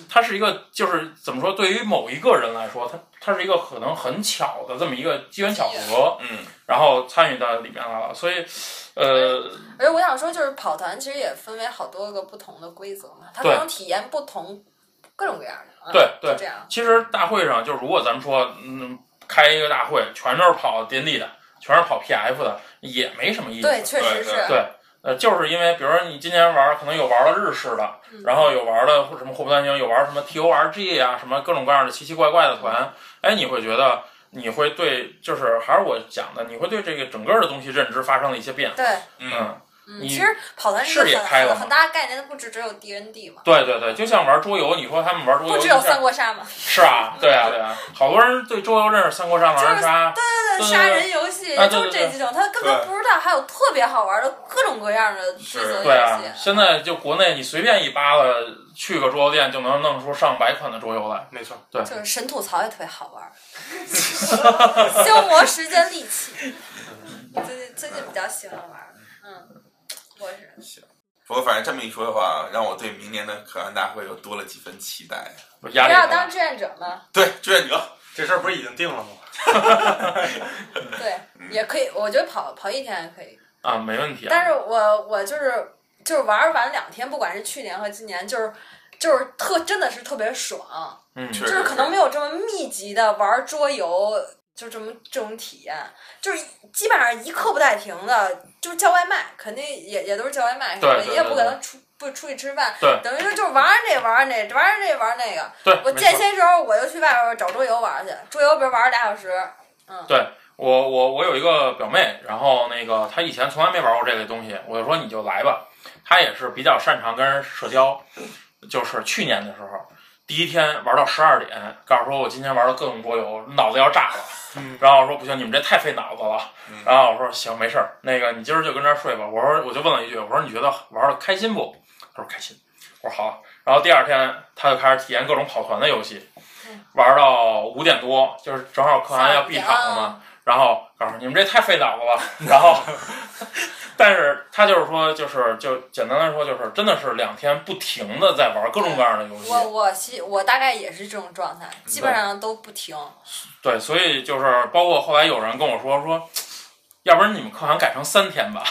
他是一个就是怎么说？对于某一个人来说，他他是一个可能很巧的这么一个机缘巧合，
嗯，
然后参与到里面来了。所以，呃，
而且我想说，就是跑团其实也分为好多个不同的规则嘛，它
对
能体验不同各种各样的。啊
对对
就这样。
其实大会上就如果咱们说，嗯，开一个大会，全都是跑 D N D 的，全是跑 P F 的，也没什么意思。
对，确实
对
是。
对
对，呃，就是因为比如说你今年玩儿，可能有玩儿了日式的，
嗯
然后有玩儿的
嗯
什么霍不单行，有玩儿什么 T O R G 啊，什么各种各样的奇奇怪怪的团，哎，你会觉得你会对，就是还是我讲的，你会对这个整个的东西认知发生了一些变化。
对，
嗯，
嗯，
嗯，
你
其实跑团是
视
一
野
个
开
很
了
很大的概念，它不只只有 D N D 嘛，
对对对，就像玩桌游，你说他们玩桌游
不只
就
有
像
三国杀嘛，
是啊，对啊，对啊，好多人对桌游认识三国杀、狼人杀，
对
对对
杀人游戏
啊对
就
对
是
对
这几种，它根本
对
不知道还有特别好玩的各种各样的规
是
则
对啊
游戏，。
现在就国内你随便一扒拉，去个桌游店就能弄出上百款的桌游来。
没错，
就是神吐槽也特别好玩儿，消磨时间利 器。最近最近比较喜欢玩儿，嗯，我是
不过反正这么一说的话，让我对明年的可汗大会又多了几分期待。
压
不
力
要
很大
当志愿者嘛，
对，志愿者，
这事儿不是已经定了吗？
对，
嗯
也可以，我觉得跑跑一天也可以。
啊，没问题啊。
但是我我就是就是玩儿完两天，不管是去年和今年，就是就是特真的是特别爽，
嗯，
确
就
实
是可能没有这么密集的玩儿桌游，就这么这种体验，就是基本上一刻不带停的，就是叫外卖，肯定也也都是叫外卖，
对对
也不可
对
能出不出去吃饭，
对
等于说就是玩儿这玩儿那，玩儿这玩儿那个。
对，
我
没
间
错
歇时候我就去外边儿找桌游玩儿去，桌游比如玩儿俩小时，
我我我有一个表妹，然后那个她以前从来没玩过这类东西，我就说你就来吧。她也是比较擅长跟人社交，就是去年的时候，第一天玩到十二点，告诉说我今天玩了各种桌游，脑子要炸了。然后我说不行，你们这太费脑子了。然后我说行，没事儿，那个你今儿就跟这儿睡吧。我说我就问了一句，我说你觉得玩的开心不？她说开心。我说好。然后第二天她就开始体验各种跑团的游戏，玩到五点多，就是正好可汗要闭场了嘛。然后告诉你们这太费脑子了， 然后，但是他就是说，就是就简单来说，就是真的是两天不停的在玩各种各样的游戏，
我我其我大概也是这种状态，基本上都不停。
对，所以就是包括后来有人跟我说说，要不然你们课堂改成三天吧，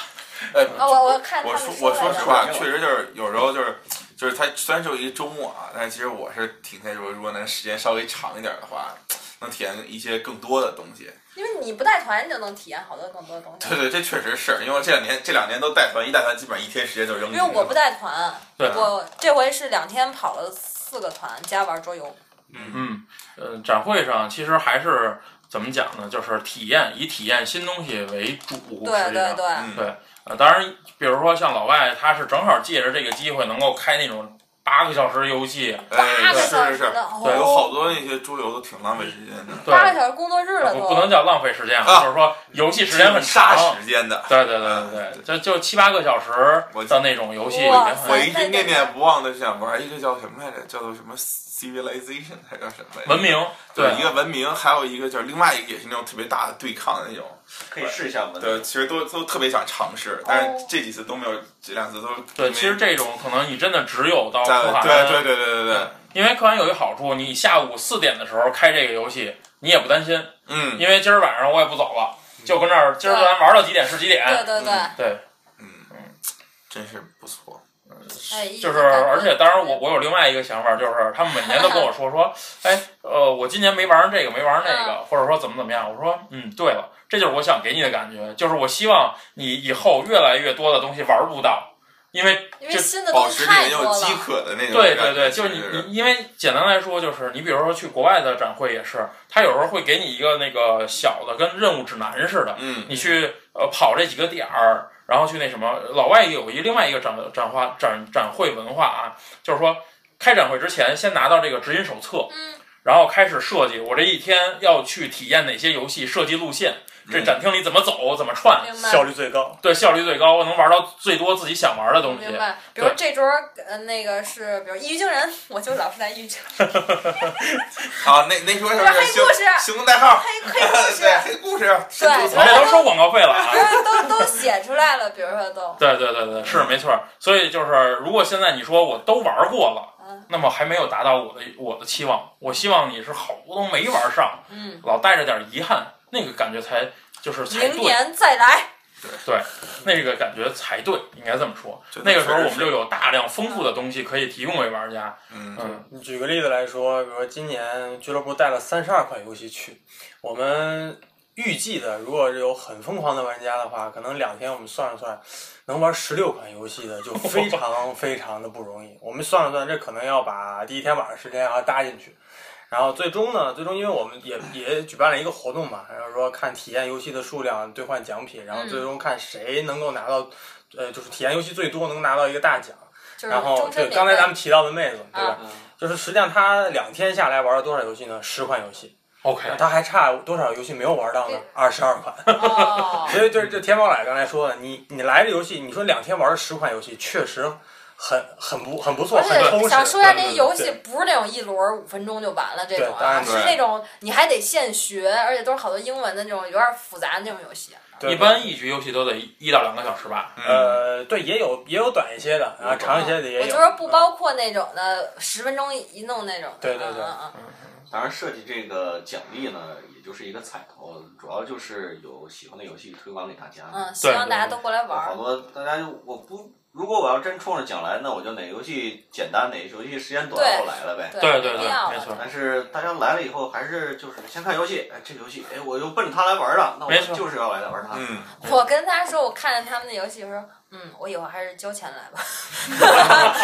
哎，
啊，我我看他
我
们
说
说
我
来
说
着
实话，确实就是有时候就是就是它虽然只有一个周末啊，但是其实我是挺那种，如果能时间稍微长一点的话，能体验一些更多的东西。
因为你不带团，你就能体验好多更多东西
对。对，这确实是因为我这两年这两年都带团，一带团基本上一天时间就扔
因
进
为
去了。
我不带团，
对，
我这回是两天跑了四个团，加玩桌游。
嗯，呃，展会上其实还是怎么讲呢，就是体验以体验新东西为主，
对
实际
对
上
对，
嗯，
对呃，当然，比如说像老外，他是正好借着这个机会能够开那种八个小时游戏，
八
哎，
个小
是是
时
是，
的，
对
有
哦，
好多那些桌游都挺浪费时间的，
对，
八个小时工作日了
不
都。
不能叫浪费时间
啊
就是说游戏时间很
杀
长。
时间的。
对对对对对，就就七八个小时的那种游戏里面
我
哇
很，
一直念念不忘的是想玩一个叫什么来着，叫做什么 Civilization 还叫什么来着
文明，
对，一个文明，还有一个就是另外一个也是那种特别大的对抗的那种。
可以试一下文
对，其实都都特别想尝试，
哦
但是这几次都没有，这两次都
对，其实这种可能你真的只有到
在
可汗，
对对对对对对，
因为可汗有一个好处，你下午四点的时候开这个游戏，你也不担心，
嗯
因为今儿晚上我也不走了，
嗯
就跟这儿今儿咱玩到几点是几
对
点，
对对，
对，
嗯，真是不错。
哎，
就是而且当然我我有另外一个想法，就是他们每年都跟我说 说，哎呃我今年没玩上这个没玩上那个，或者说怎么怎么样，我说嗯对了，这就是我想给你的感觉，就是我希望你以后越来越多的东西玩不到，因为
因
就
为新的
保
东西
持令
太多
人饥
了，
渴的那种。
对对对，就是你你，因为简单来说，就是你比如说去国外的展会也是，他有时候会给你一个那个小的跟任务指南似的，
嗯
你去呃跑这几个点儿，然后去那什么。老外有一另外一个展展花展展会文化啊，就是说开展会之前先拿到这个指引手册，
嗯，
然后开始设计我这一天要去体验哪些游戏，设计路线，
嗯
这展厅里怎么走，怎么串，
明白。
效率最高。
对效率最高，能玩到最多自己想玩的东西。
明 白，比如这桌儿呃那个是，比如一语惊人，我就老是在一语 惊人，
啊，那那说什么星星空代号，
黑黑故事，
对黑故事，啊
我们
哎
这都收广告费了啊！
都都写出来了，比如说都，
对对对对，是没错儿。所以就是，如果现在你说我都玩过了，
嗯
那么还没有达到我的我的期望，我希望你是好多都没玩上，
嗯，
老带着点遗憾，那个感觉才就是才
明
对，
年再来，
那个感觉才对，应该这么说。
真的
那个时候
确
我
实
们
是
就有大量丰富的东西可以提供给玩家。
嗯，
嗯，
你举个例子来说，比如说今年俱乐部带了三十二款游戏去，我们预计的，如果有很疯狂的玩家的话，可能两天我们算了算，能玩十六款游戏的就非常非常的不容易。我们算了算，这可能要把第一天晚上时间还搭进去，然后最终呢，最终因为我们也也举办了一个活动嘛，然后说看体验游戏的数量兑换奖品，然后最终看谁能够拿到，呃，就是体验游戏最多能拿到一个大奖。
就是
然后
终身
对
免费
刚才咱们提到的妹子，对吧
啊？
就是实际上她两天下来玩了多少游戏呢？十款游戏，
OK，
她还差多少游戏没有玩到呢？二十二款。
哦，
所以就是这天猫奶刚才说的，你你来这游戏，你说两天玩十款游戏，确实很很不很不错，
而
很充
且
实。
想说一下，那
对
游
对
戏不是那种一轮儿五分钟就完了这种
嗯对当
啊，
然
是
对
那种你还得现学，而且都是好多英文的那种有点复杂的那种游戏。啊
对
一般一局游戏都得一到两个小时吧。
嗯
嗯
呃，对，也有也有短一些的，然后长一些的
嗯
也有。啊
我就说不包括那种的十分钟一弄那种的。
对对对
嗯嗯嗯
当然，设计这个奖励呢，也就是一个彩头，主要就是有喜欢的游戏推广给大家。
嗯，希望大家都过来玩
好
儿。
多大家就我不，如果我要真冲着奖来，那我就哪个游戏简单，哪个游戏时间短，
对
我来了
嗯
呗。
对
对
对
没
对，
必要
没
了
错。
但是大家来了以后，还是就是先看游戏，哎，这游戏，哎，我又奔着它来玩的，那
没错
我就是要来
啊
玩它。
嗯，
我跟他说，我看见他们的游戏，我说，嗯，我以后还是交钱来 吧。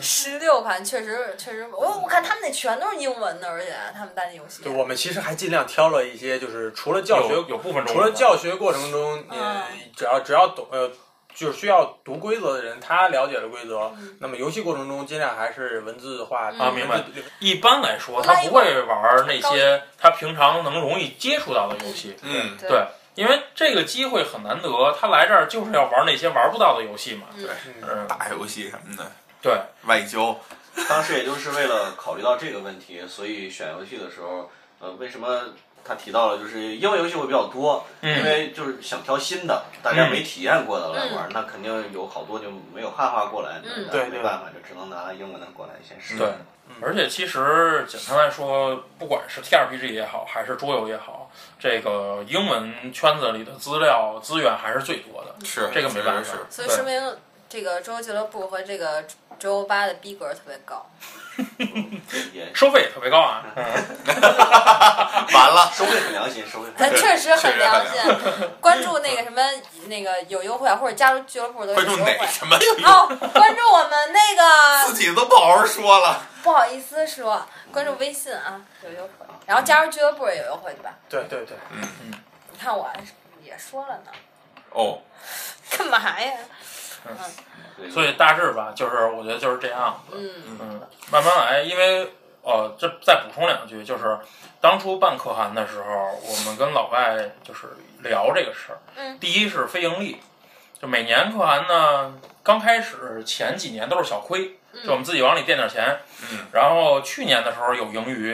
十六款确实确实，我我看他们那全都是英文的，而且他们带的游戏
对，。我们其实还尽量挑了一些，就是除了教学
有有部分中
除
文
了
的
教学过程中，你
嗯
只要只要懂呃，就是需要读规则的人，他了解了规则，那么游戏过程中尽量还是文字化
啊
明白
文字
一般来说，他不会玩那些他平常能容易接触到的游戏，
嗯，
对
对，因为这个机会很难得，他来这儿就是要玩那些玩不到的游戏嘛。
嗯
嗯，
打游戏什么的，
对，
外交，
当时也就是为了考虑到这个问题，所以选游戏的时候，呃，为什么他提到了就是英文游戏会比较多，
嗯
因为就是想挑新的，大家没体验过的来玩，那肯定有好多就没有汉化过来，
嗯
那
对
没
对
办法，就只能拿英文的过来先试。
对，
嗯
而且其实简单来说，不管是 TRPG 也好，还是桌游也好，这个英文圈子里的资料资源还是最多的。
是
这个没办法
确实
所以说明这个桌游俱乐部和这个桌游吧的逼格特别高。
也
收费也特别高啊，
是完了，
收费很良心，收费很
咱
良心。
确实很
确实
良
很
心， 关注那个什么那个有优惠啊或者加入俱乐部都有
关
优
注
惠。
哪什么？
哦，关注我们那个
自己都不好好说了，
不好意思说，关注微信啊，有优惠，然后加入俱乐部也有优惠，对吧？
对对对，
你看我也说了呢，
哦，
干嘛呀？
对
所以大致吧，就是我觉得就是这样子。
嗯，
嗯，慢慢来，因为呃，这再补充两句，就是当初办可汗的时候，我们跟老外就是聊这个事儿。
嗯，
第一是非盈利，就每年可汗呢，刚开始前几年都是小亏，就我们自己往里垫点钱。
嗯，
然后去年的时候有盈余，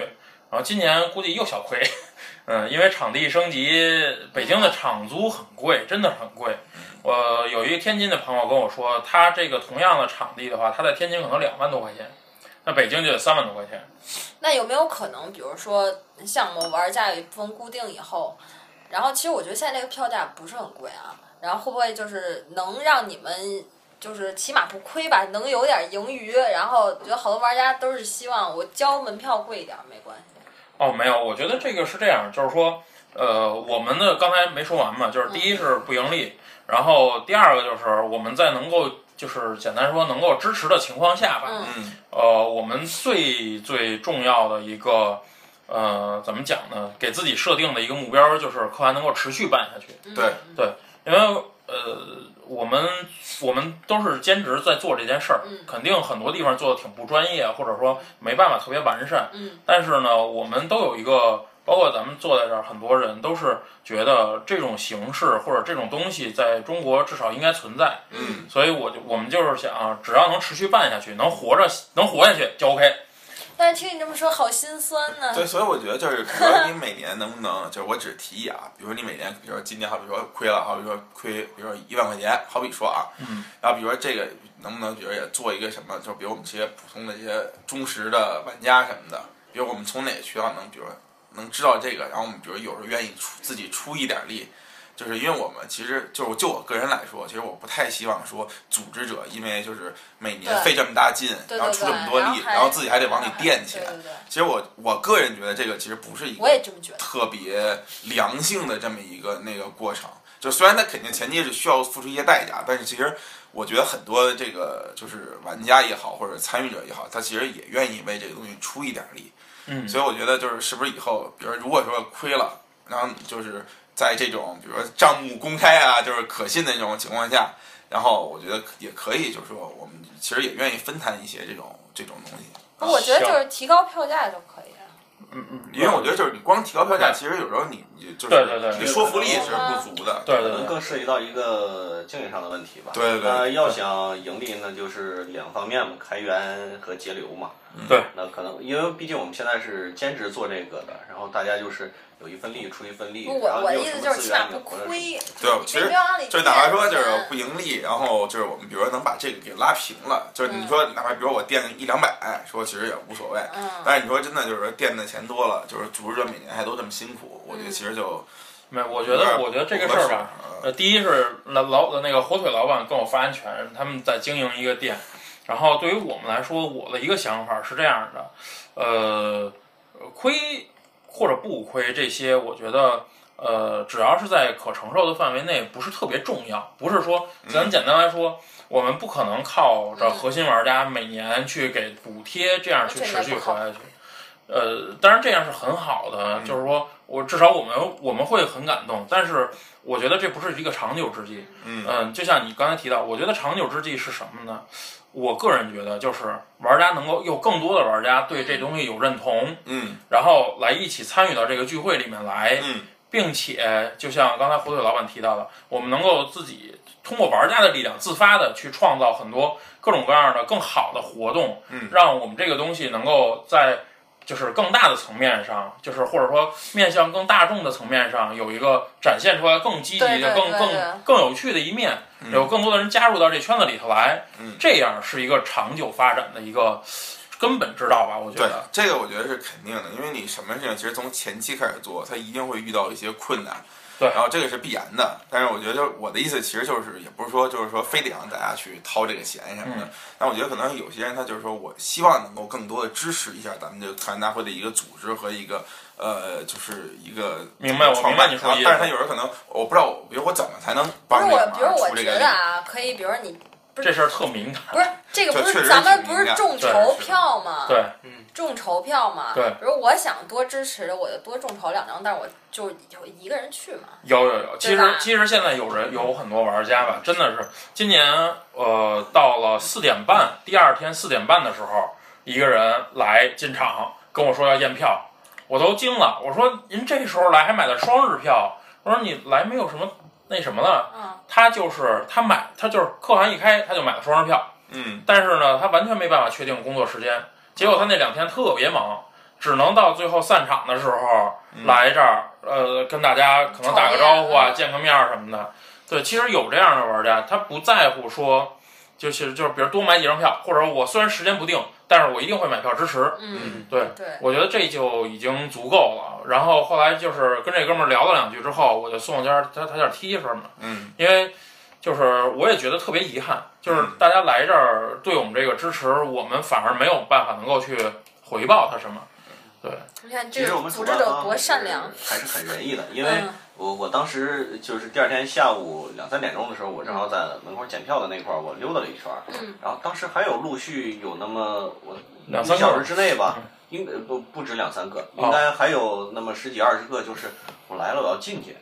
然后今年估计又小亏。 嗯，因为场地升级，北京的场租很贵，真的很贵。我有一个天津的朋友跟我说，他这个同样的场地的话，他在天津可能两万多块钱，那北京就得三万多块钱。
那有没有可能，比如说像我们玩家有一部分固定以后，然后其实我觉得现在这个票价不是很贵啊，然后会不会就是能让你们？就是起码不亏吧，能有点盈余。然后我觉得好多玩家都是希望我交门票贵一点没关系。
哦，没有，我觉得这个是这样，就是说，呃，我们的刚才没说完嘛，就是
嗯
第一是不盈利，然后第二个就是我们在能够就是简单说能够支持的情况下吧，
嗯
嗯，
呃，我们最最重要的一个。呃，怎么讲呢？给自己设定的一个目标就是可汗能够持续办下去。
嗯
对
因为呃，我们我们都是兼职在做这件事儿，
嗯
肯定很多地方做的挺不专业，或者说没办法特别完善。
嗯
但是呢，我们都有一个，包括咱们坐在这儿，很多人都是觉得这种形式或者这种东西在中国至少应该存在。
嗯，
所以我就我们就是想，啊只要能持续办下去，能活着能活下去就 OK。
但是听你这么说，好心酸呢。
对，所以我觉得就是，比如说你每年能不能，就是我只提议啊，比如说你每年，比如说今年，好比说亏了，好比说亏，比如说一万块钱，好比说啊，
嗯，
然后比如说这个能不能，比如也做一个什么，就比如我们这些普通的这些忠实的玩家什么的，比如我们从哪个渠道能，比如说能知道这个，然后我们比如有时候愿意出自己出一点力。就是因为我们其实就是就我个人来说，其实我不太希望说组织者因为就是每年
对
费这么大劲，
对对
然后出这么
对
多
然后
力，
还
然后自己还得往里垫起
对
来。
对对，
其实我我个人觉得这个其实不是一
我也
个
这么觉得。
特别良性的这么一个那个过程。就虽然它肯定前期是需要付出一些代价，但是其实我觉得很多这个就是玩家也好，或者参与者也好，他其实也愿意为这个东西出一点力。
嗯，
所以我觉得就是是不是以后，比如如果说亏了，然后就是在这种比如说账目公开啊，就是可信的那种情况下，然后我觉得也可以，就是说我们其实也愿意分摊一些这种这种东西。
不我觉得就是提高票价就可以了。
嗯嗯，
因为我觉得就是你光提高票价，其实有时候你你就是
对对对
你说服力也是不足的。
对
可
对
能
对，
更涉及到一个经营上的问题吧。
对对对
那要想盈利，那就是两方面嘛，开源和节流嘛。
嗯
对，
那可能因为毕竟我们现在是兼职做这个的，然后大家就是有一份力出一份力，
不，
然
我
后
我
你
的
有
意
什
思
么
就是
资
起
源
码
你
不
就回来使
亏，
对，其
没
实
必要让你嗯
就是哪怕
借
说就是
钱
不盈利，然后就是我们比如说能把这个给拉平了，就是你说哪怕比如我垫一两百，说其实也无所谓。
嗯，
但是你说真的，就是说垫的钱多了，就是组织者每年还都这么辛苦，我觉得其实就
没，我觉得我觉得这个事儿吧，，呃，第一是老老那个火腿老板跟我发言权，他们在经营一个店。然后对于我们来说，我的一个想法是这样的，呃，亏或者不亏这些，我觉得呃，只要是在可承受的范围内，不是特别重要。不是说咱简单来说，我们不可能靠着核心玩家每年去给补贴，这样去持续活下去。呃，当然这样是很好
嗯
的，就是说我至少我们我们会很感动，但是我觉得这不是一个长久之计。
嗯
嗯，就像你刚才提到，我觉得长久之计是什么呢？我个人觉得就是玩家能够有更多的玩家对这东西有认同，
嗯
然后来一起参与到这个聚会里面来，
嗯
并且就像刚才火腿老板提到的，我们能够自己通过玩家的力量自发的去创造很多各种各样的更好的活动，
嗯
让我们这个东西能够在就是更大的层面上，就是或者说面向更大众的层面上，有一个展现出来更积极
对
的、
对
更
对
更
对
更有趣的一面，
嗯
有更多的人加入到这圈子里头来，
嗯
这样是一个长久发展的一个根本之道吧，我觉
对
得。，
这个我觉得是肯定的，因为你什么事情其实从前期开始做，它一定会遇到一些困难，
对
然后这个是必然的。但是我觉得就是我的意思，其实就是也不是说就是说非得让大家去掏这个钱什么的。
嗯
但我觉得可能有些人他就是说我希望能够更多的支持一下咱们这个团大会的一个组织和一个呃，就是一个
明白我
创
明白
办
你说
然后
意思
但是他有时候可能我不知道我，比如我怎么才能
不
帮
是
这个
我，
忙
比如我
出这
觉
个力
得啊，可以，比如你
这事儿特敏感，
不是这个
这
不
确
是
实
咱们
挺
不
敏
是
感
众
确实
筹
是
票吗？
对。
众筹票嘛，
对
比如我想多支持的，我就多众筹两张，但是我就就一个人去嘛。
有有有，其
对
实
吧
其实现在有人有很多玩家吧，真的是今年呃到了四点半，第二天四点半的时候，一个人来进场跟我说要验票，我都惊了，我说您这时候来还买的双日票，我说你来没有什么那什么了，
嗯，
他就是他买他就是客行一开他就买了双日票，
嗯
但是呢，他完全没办法确定工作时间，结果他那两天特别忙，只能到最后散场的时候
嗯
来这儿，呃，跟大家可能打个招呼
抽烟啊
啊，见个面儿什么的。对，其实有这样的玩家，他不在乎说，就是就是，比如多买几张票，或者我虽然时间不定，但是我一定会买票支持。
嗯，
对，
对，
我觉得这就已经足够了。然后后来就是跟这哥们儿聊了两句之后，我就送了件他他件 T 恤嘛，
嗯
因为就是我也觉得特别遗憾，就是大家来这儿对我们这个支持，我们反而没有办法能够去回报他什么。对，
你看
其
这
实我
个
们主
组织
办
者
方
多善良，
还是很仁义的，因为
嗯，
我我当时就是第二天下午两三点钟的时候，我正好在门口检票的那块儿，我溜达了一圈儿，
嗯
然后当时还有陆续有那么我
两
一
三个嗯哦
小时之内吧，应该不不止两三个，应该还有那么十几二十个，就是我来了我要进去，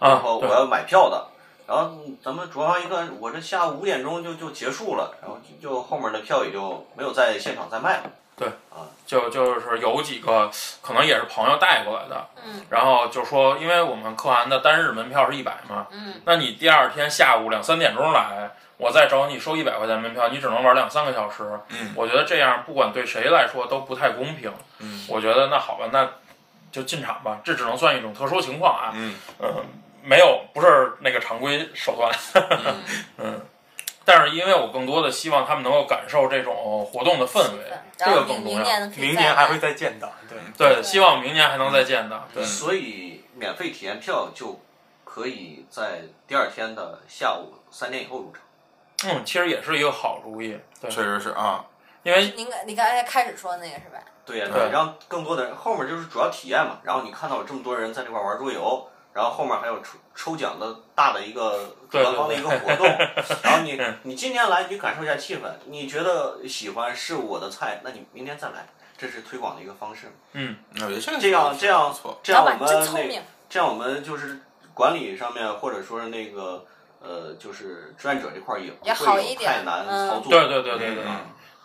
然
啊，
后我
对，
要买票的。然后咱们主办方一看，我这下午五点钟就就结束了，然后就就后面的票也就没有在现场再卖了。
就就是有几个可能也是朋友带过来的，
嗯
然后就说，因为我们可汗的单日门票是一百嘛，
嗯，
那你第二天下午两三点钟来，我再找你收一百块钱门票，你只能玩两三个小时。
嗯
我觉得这样不管对谁来说都不太公平。
嗯
我觉得那好吧，那就进场吧，这只能算一种特殊情况啊。
嗯
嗯，没有，不是那个常规手段。
嗯
嗯，但是因为我更多的希望他们能够感受这种活动的氛围，这
然后明
个更重
明
要。
年可以
明
再
嗯
年还
来
会再见到，对，
对，希望明年还能再见到。对，
所以免费体验票就可以在第二天的下午三点以后入场。
嗯，其实也是一个好主意。对，
确实是啊，
因为
您刚你刚才开始说那个是吧？
对呀、
对
你让更多的人后面就是主要体验嘛。然后你看到有这么多人在这块玩桌游，然后后面还有出抽奖的大的一个主
对
办方的一个
对嗯
活 动，然后你你今天来，你感受一下气氛，你觉得喜欢是我的菜，那你明天再来，这是推广的一个方式。
嗯，
我觉得这个
这样这
挺
样
不错，
这样
老
我
板
们
真聪
那
明，
这样我们就是管理上面或者说是那个呃就是志愿者这块儿也不
也好
会
一
有
点
太难
嗯
操作。
对对对对对
嗯，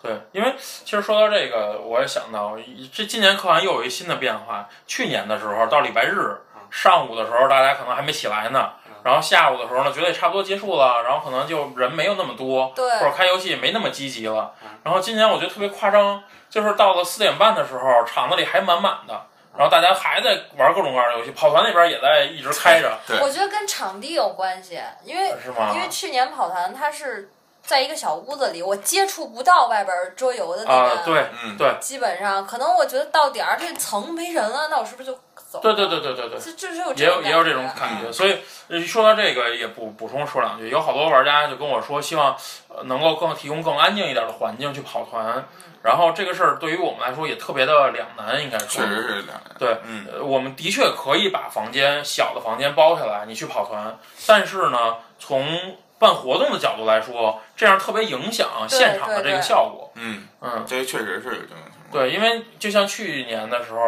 对，因为其实说到这个，我也想到一这今年可汗又有一新的变化。去年的时候到礼拜日上午的时候，大家可能还没起来呢，然后下午的时候呢，觉得也差不多结束了，然后可能就人没有那么多，
对
或者开游戏也没那么积极了。然后今年我觉得特别夸张，就是到了四点半的时候，场子里还满满的，然后大家还在玩各种各样的游戏，跑团那边也在一直开着，
对
我觉得跟场地有关系，因为
是吗
因为去年跑团它是在一个小屋子里，我接触不到外边桌游的那
啊
个，，
对
嗯，
对
基本上可能我觉得到点儿这层没人了，那我是不是就走？
对对对对对对。
这，这就是有
也有也有这
感
种
觉
感觉，所以呃说到这个也补补充说两句，有好多玩家就跟我说，希望呃能够更提供更安静一点的环境去跑
嗯
团，然后这个事儿对于我们来说也特别的两难，应该说
确实是两人。
对，
嗯，
呃，我们的确可以把房间小的房间包下来，你去跑团，但是呢，从办活动的角度来说，这样特别影响
对
现场的
对
这个
对
效果，
嗯，
嗯，
这确实是有这种情况。
对，因为就像去年的时候，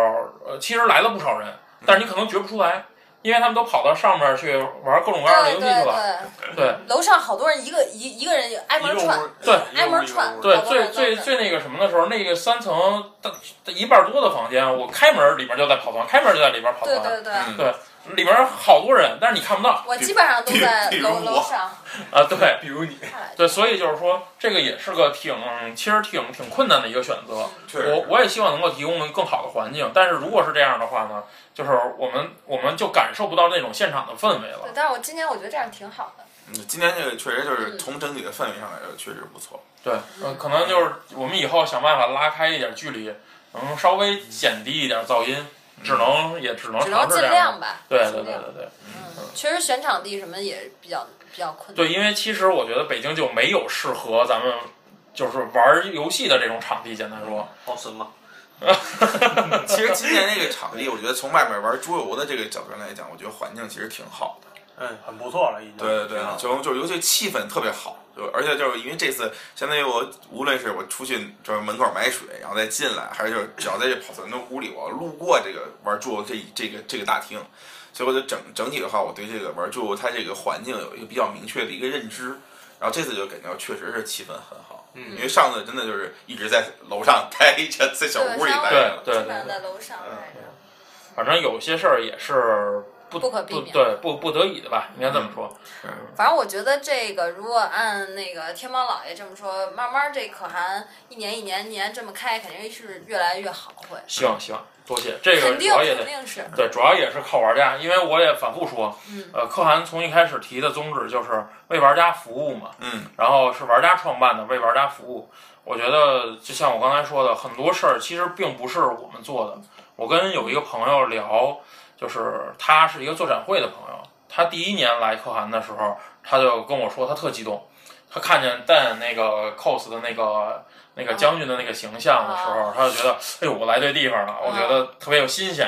呃，其实来了不少人，但是你可能觉不出来，因为他们都跑到上面去玩各种各样的
对
游戏
对
去了。
对，
对
楼上好多人一个一一个人挨
一
门
个
串，
屋，
对
一个
挨门
屋一个
串
屋
对，
好多
最
人
最
都是
最那个什么的时候，那个三层大大一半多的房间，我开门里边就在跑团，开门就在里边跑
对
团，
对对，
嗯
里边好多人，但是你看不到啊、啊
我基本上都在
比比如
楼
我
楼上
对
比如你，
看来。
对，所以就是说，这个也是个挺其实挺挺困难的一个选择。
确实
我
是。
我也希望能够提供更好的环境，但是如果是这样的话呢，就是我们我们就感受不到那种现场的氛围
对
了。，
但是我今年我觉得这样挺好的。
嗯今天这个确实
嗯
就是从整体的氛围上来说，确实不错。
对，呃，可能就是我们以后想办法拉开一点距离，能稍微减低一点噪音，只能也只能
只能
尝试
尽
这样
量
的。
吧。
对对
尽
对
量。
对对
嗯，确实选场地什么也比较比较困难。
对，因为其实我觉得北京就没有适合咱们就是玩游戏的这种场地，简单说，
奥森吗？
其实今年这个场地，我觉得从外面玩桌游的这个角度上来讲，我觉得环境其实挺好的。
嗯，很不错了，已经。
对对
挺好
对，就就尤其气氛特别好，就而且就是因为这次，相当于我无论是我出去就是门口买水，然后再进来，还是就是只要在这跑团的屋里，我路过这个玩桌游这一这个这个大厅，所以我就整整体的话，我对这个玩桌游它这个环境有一个比较明确的一个认知。然后这次就感觉确实是气氛很好，
嗯
因为上次真的就是一直在楼上 待着，在小屋里
上
待
对
着，
对
基
对
本上
对嗯
在楼上来着。
反正有些事儿也是不
不可避免
对不不得已的吧，应该这么说。
反正我觉得这个，如果按那个天猫老爷这么说，慢慢这可汗一年一年一年这么开，肯定是越来越好，会
希望希望多谢这个
肯
主
定
要也得
肯定是
对，主要也是靠玩家，因为我也反复说，
嗯
呃，可汗从一开始提的宗旨就是为玩家服务嘛，
嗯，
然后是玩家创办的，为玩家服务。我觉得就像我刚才说的，很多事儿其实并不是我们做的。我跟有一个朋友聊，就是他是一个做展会的朋友，他第一年来可汗的时候，他就跟我说他特激动，他看见蛋那个 cos 的那个那个将军的那个形象的时候，他就觉得，哎呦，我来对地方了，我觉得特别有新鲜。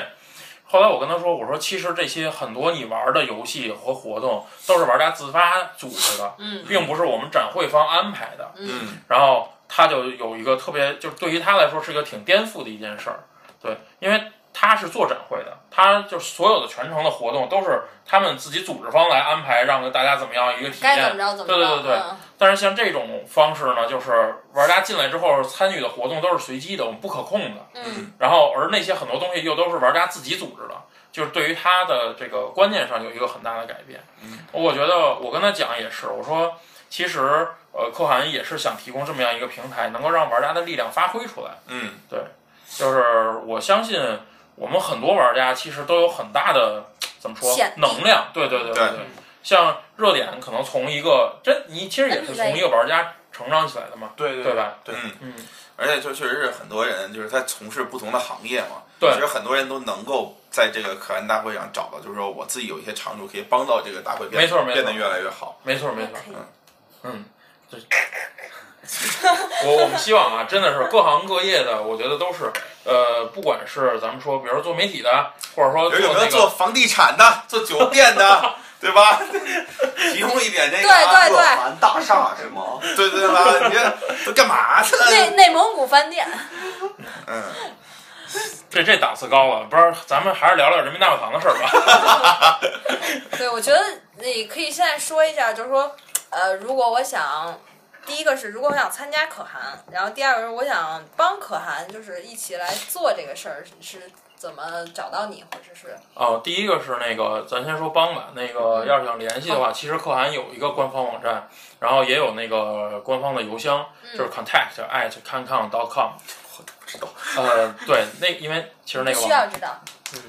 后来我跟他说，我说其实这些很多你玩的游戏和活动都是玩家自发组织的，
嗯
并不是我们展会方安排的。
嗯
嗯，
然后他就有一个特别，就是对于他来说是一个挺颠覆的一件事儿，对，因为他是做展会的，他就是所有的全程的活动都是他们自己组织方来安排，让大家怎么样一个体
该怎么着
验。
怎么着。
对对对对
嗯
但是像这种方式呢，就是玩家进来之后参与的活动都是随机的，我们不可控的。
嗯
然后而那些很多东西又都是玩家自己组织的，就是对于他的这个观念上有一个很大的改变。
嗯，
我觉得我跟他讲也是，我说其实呃，可汗也是想提供这么样一个平台，能够让玩家的力量发挥出来。
嗯，
就是我相信我们很多玩家其实都有很大的怎么说
潜力
能量，对对对
对
对。像热点可能从一个这你其实也是从一个玩家成长起来的嘛，
对对
对
对
吧？
对
嗯
嗯，
而且就确实是很多人，就是他从事不同的行业嘛，
对
其实很多人都能够在这个可汗大会上找到，就是说我自己有一些长处可以帮到这个大会变，
没错没错
变得越来越好。
没错没错。
可以
嗯， 这我我们希望啊，真的是各行各业的，我觉得都是呃，不管是咱们说，比如说做媒体的，或者说
有有
做
没有
那
做
个，
房地产的、做酒店 的，对吧？ 提供一点这个啊，
对对
乐凡大厦是吗？
对对吧？你这都干嘛去
内
了？
内蒙古饭店，
嗯，
这这档次高了。不是，咱们还是聊聊人民大会堂的事儿吧。
对，我觉得你可以现在说一下，就是说，呃，如果我想，第一个是如果我想参加可汗，然后第二个是我想帮可汗，就是一起来做这个事儿，是怎么找到你，或者是
哦，第一个是那个，咱先说帮吧。那个要是想联系的话，其实可汗有一个官方网站，然后也有那个官方的邮箱，
嗯
就是 contact at cancun dot com。我都不知道。呃，对，那因为其实那个
需
网
要知道，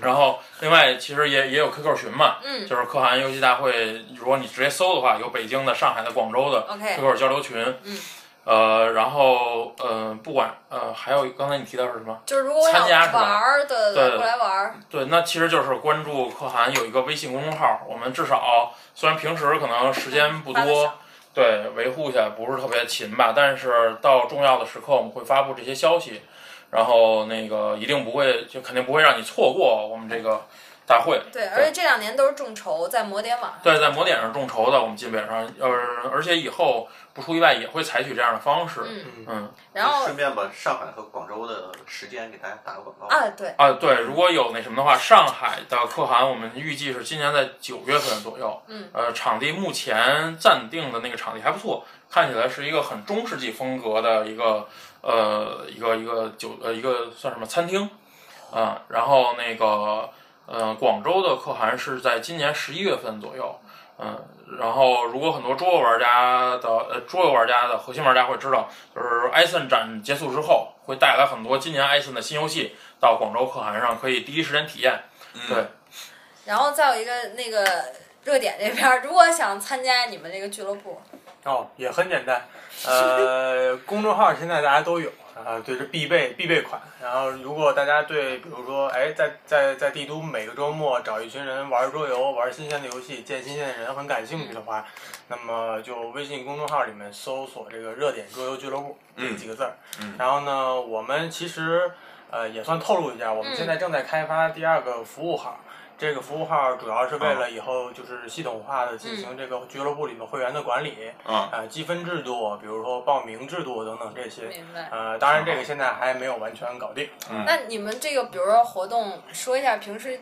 然后另外其实也也有 QQ 群嘛，
嗯
就是可汗游戏大会，如果你直接搜的话，有北京的、上海的、广州的
OK
QQ 交流群，
嗯
呃，然后呃，不管呃，还有刚才你提到是什么？
就是如果我想
参加是吧
玩儿的
对对
过来玩儿，
对，那其实就是关注可汗有一个微信公众号，我们至少虽然平时可能时间不
发得
多
少，
对，维护起来不是特别勤吧，但是到重要的时刻我们会发布这些消息，然后那个一定不会，就肯定不会让你错过我们这个大会。
对，而且这两年都是众筹，在魔点网上，
对，在魔点上众筹的，我们基本上，呃，而且以后不出意外也会采取这样的方式。
嗯
嗯
然后
顺便把上海和广州的时间给大家打个广告。
啊，对，
啊，对，如果有那什么的话，上海的可汗我们预计是今年在九月份左右。
嗯，
呃，场地目前暂定的那个场地还不错，看起来是一个很中世纪风格的一个呃一个一个酒呃一个算什么餐厅啊、然后那个呃广州的可汗是在今年十一月份左右，嗯、然后如果很多桌游玩家的呃桌游玩家的核心玩家会知道，就是艾森展结束之后会带来很多今年艾森的新游戏到广州可汗上可以第一时间体验，对。
然后再有一个那个热点这边儿，如 果想参加你们这个俱乐部，
哦，也很简单，呃，公众号现在大家都有，啊，对，这必备必备款。然后，如果大家对，比如说，哎，在在在帝都每个周末找一群人玩桌游、玩新鲜的游戏、见新鲜的人很感兴趣的话，那么就微信公众号里面搜索这个“热点桌游俱乐部”这几个字儿。然后呢，我们其实呃也算透露一下，我们现在正在开发第二个服务号。这个服务号主要是为了以后就是系统化的进行这个俱乐部里面会员的管理，
啊，
呃积分制度，比如说报名制度等等这些。
明白？
呃，当然这个现在还没有完全搞定。
那你们这个，比如说活动，说一下平时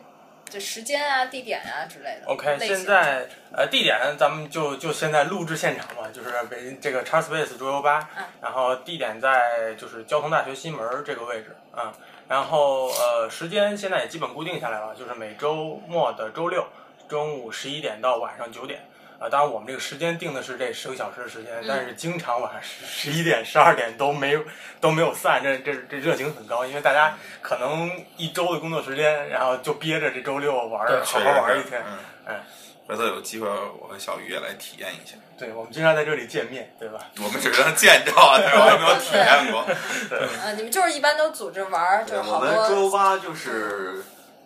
的时间啊、地点啊之类的。
OK，
类型
现在呃地点咱们就就现在录制现场嘛，就是北京这个 Char Space 桌游吧
嗯，
然后地点在就是交通大学西门儿这个位置啊、然后呃时间现在也基本固定下来了，就是每周末的周六中午十一点到晚上九点。啊，当然我们这个时间定的是这十个小时的时
嗯
间，但是经常晚上十一点、十二点都没有都没有散，这这这热情很高，因为大
嗯
家可能一周的工作时间，然后就憋着这周六玩儿，
对
好好玩儿一天。
嗯
哎，
回头有机会我和小鱼也来体验一下。
对，我们经常在这里见面，对吧？
我们只能见着， 但是我还没有体验过。
呃，你们就是一般都组织玩儿，就是
我
好
们桌游
多。
吧就是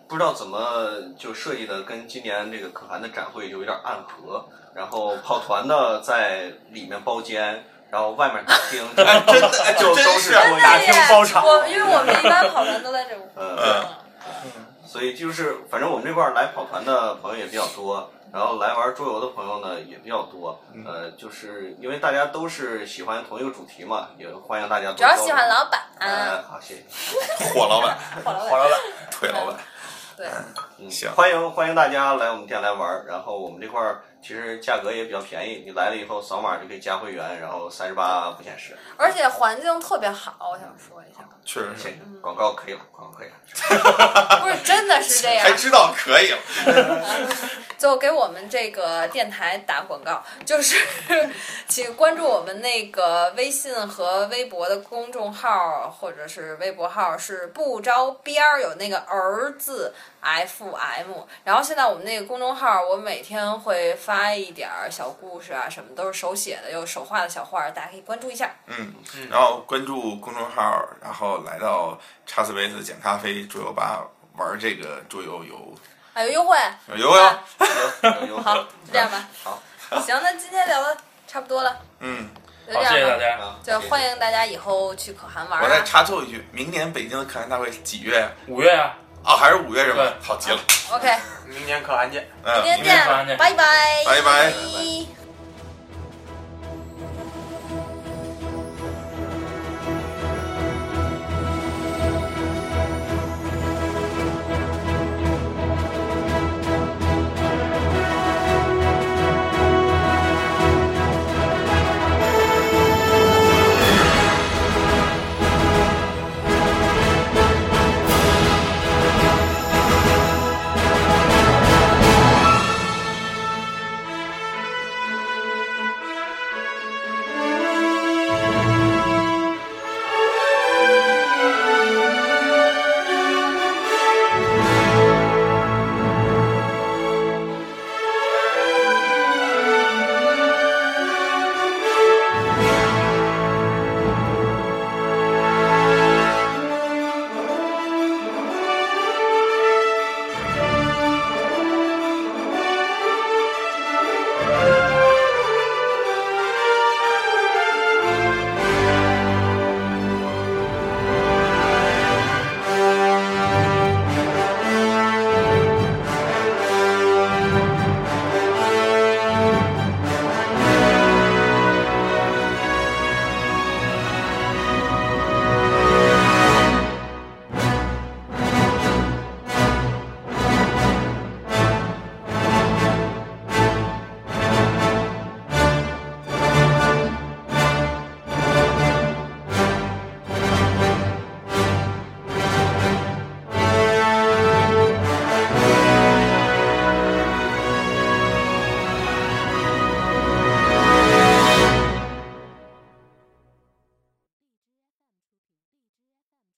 不知道怎么就设计的跟今年这个可汗的展会就有点暗合，然后跑团的在里面包间，然后外面打听，
哎，真的，哎，
就
就
都
真
是
是
桌游
打听包场
我因为我们一般跑团都在这屋。
呃，
嗯
所以就是反正我们这块儿来跑团的朋友也比较多。然后来玩桌游的朋友呢也比较多，
嗯
呃，就是因为大家都是喜欢同一个主题嘛，也欢迎大家多
主要
交
喜欢
流
老板，
哎，好，谢谢。
火老板、
火老
好
板。
老板，
腿老板，
对，
嗯
行
欢迎欢迎大家来我们店来玩儿，然后我们这块儿其实价格也比较便宜，你来了以后扫码就可以加会员，然后三十八不限时。
而且环境特别好，我想说一下，
确实
谢
是
谢，广告可以了，广告可以了。
不是真的是这样
还。知道可以了。
就给我们这个电台打广告，就是请关注我们那个微信和微博的公众号或者是微博号是不着边儿有那个儿字 FM，然后现在我们那个公众号我每天会发一点儿小故事啊，什么都是手写的，有手画的小画儿，大家可以关注一下。
嗯，然后关注公众号，然后来到叉 a 杯子捡咖啡桌游吧玩这个桌游有
还哎有优惠，
有啊有有，
有有有
好，就这样吧。
好，
行，那今天聊的差不多了，
嗯，
就
好，
这
谢谢大
样吧，
家。
啊
就欢迎大家以后去可汗玩
我再
啊。
插最后一句，明年北京的可汗大会是几月呀？
五月啊，
哦，还是五月是吧
对？
好极了，
OK，
明年可汗见。
嗯，
明天
明
见
天
明天晚上见，
拜拜，
拜拜
拜。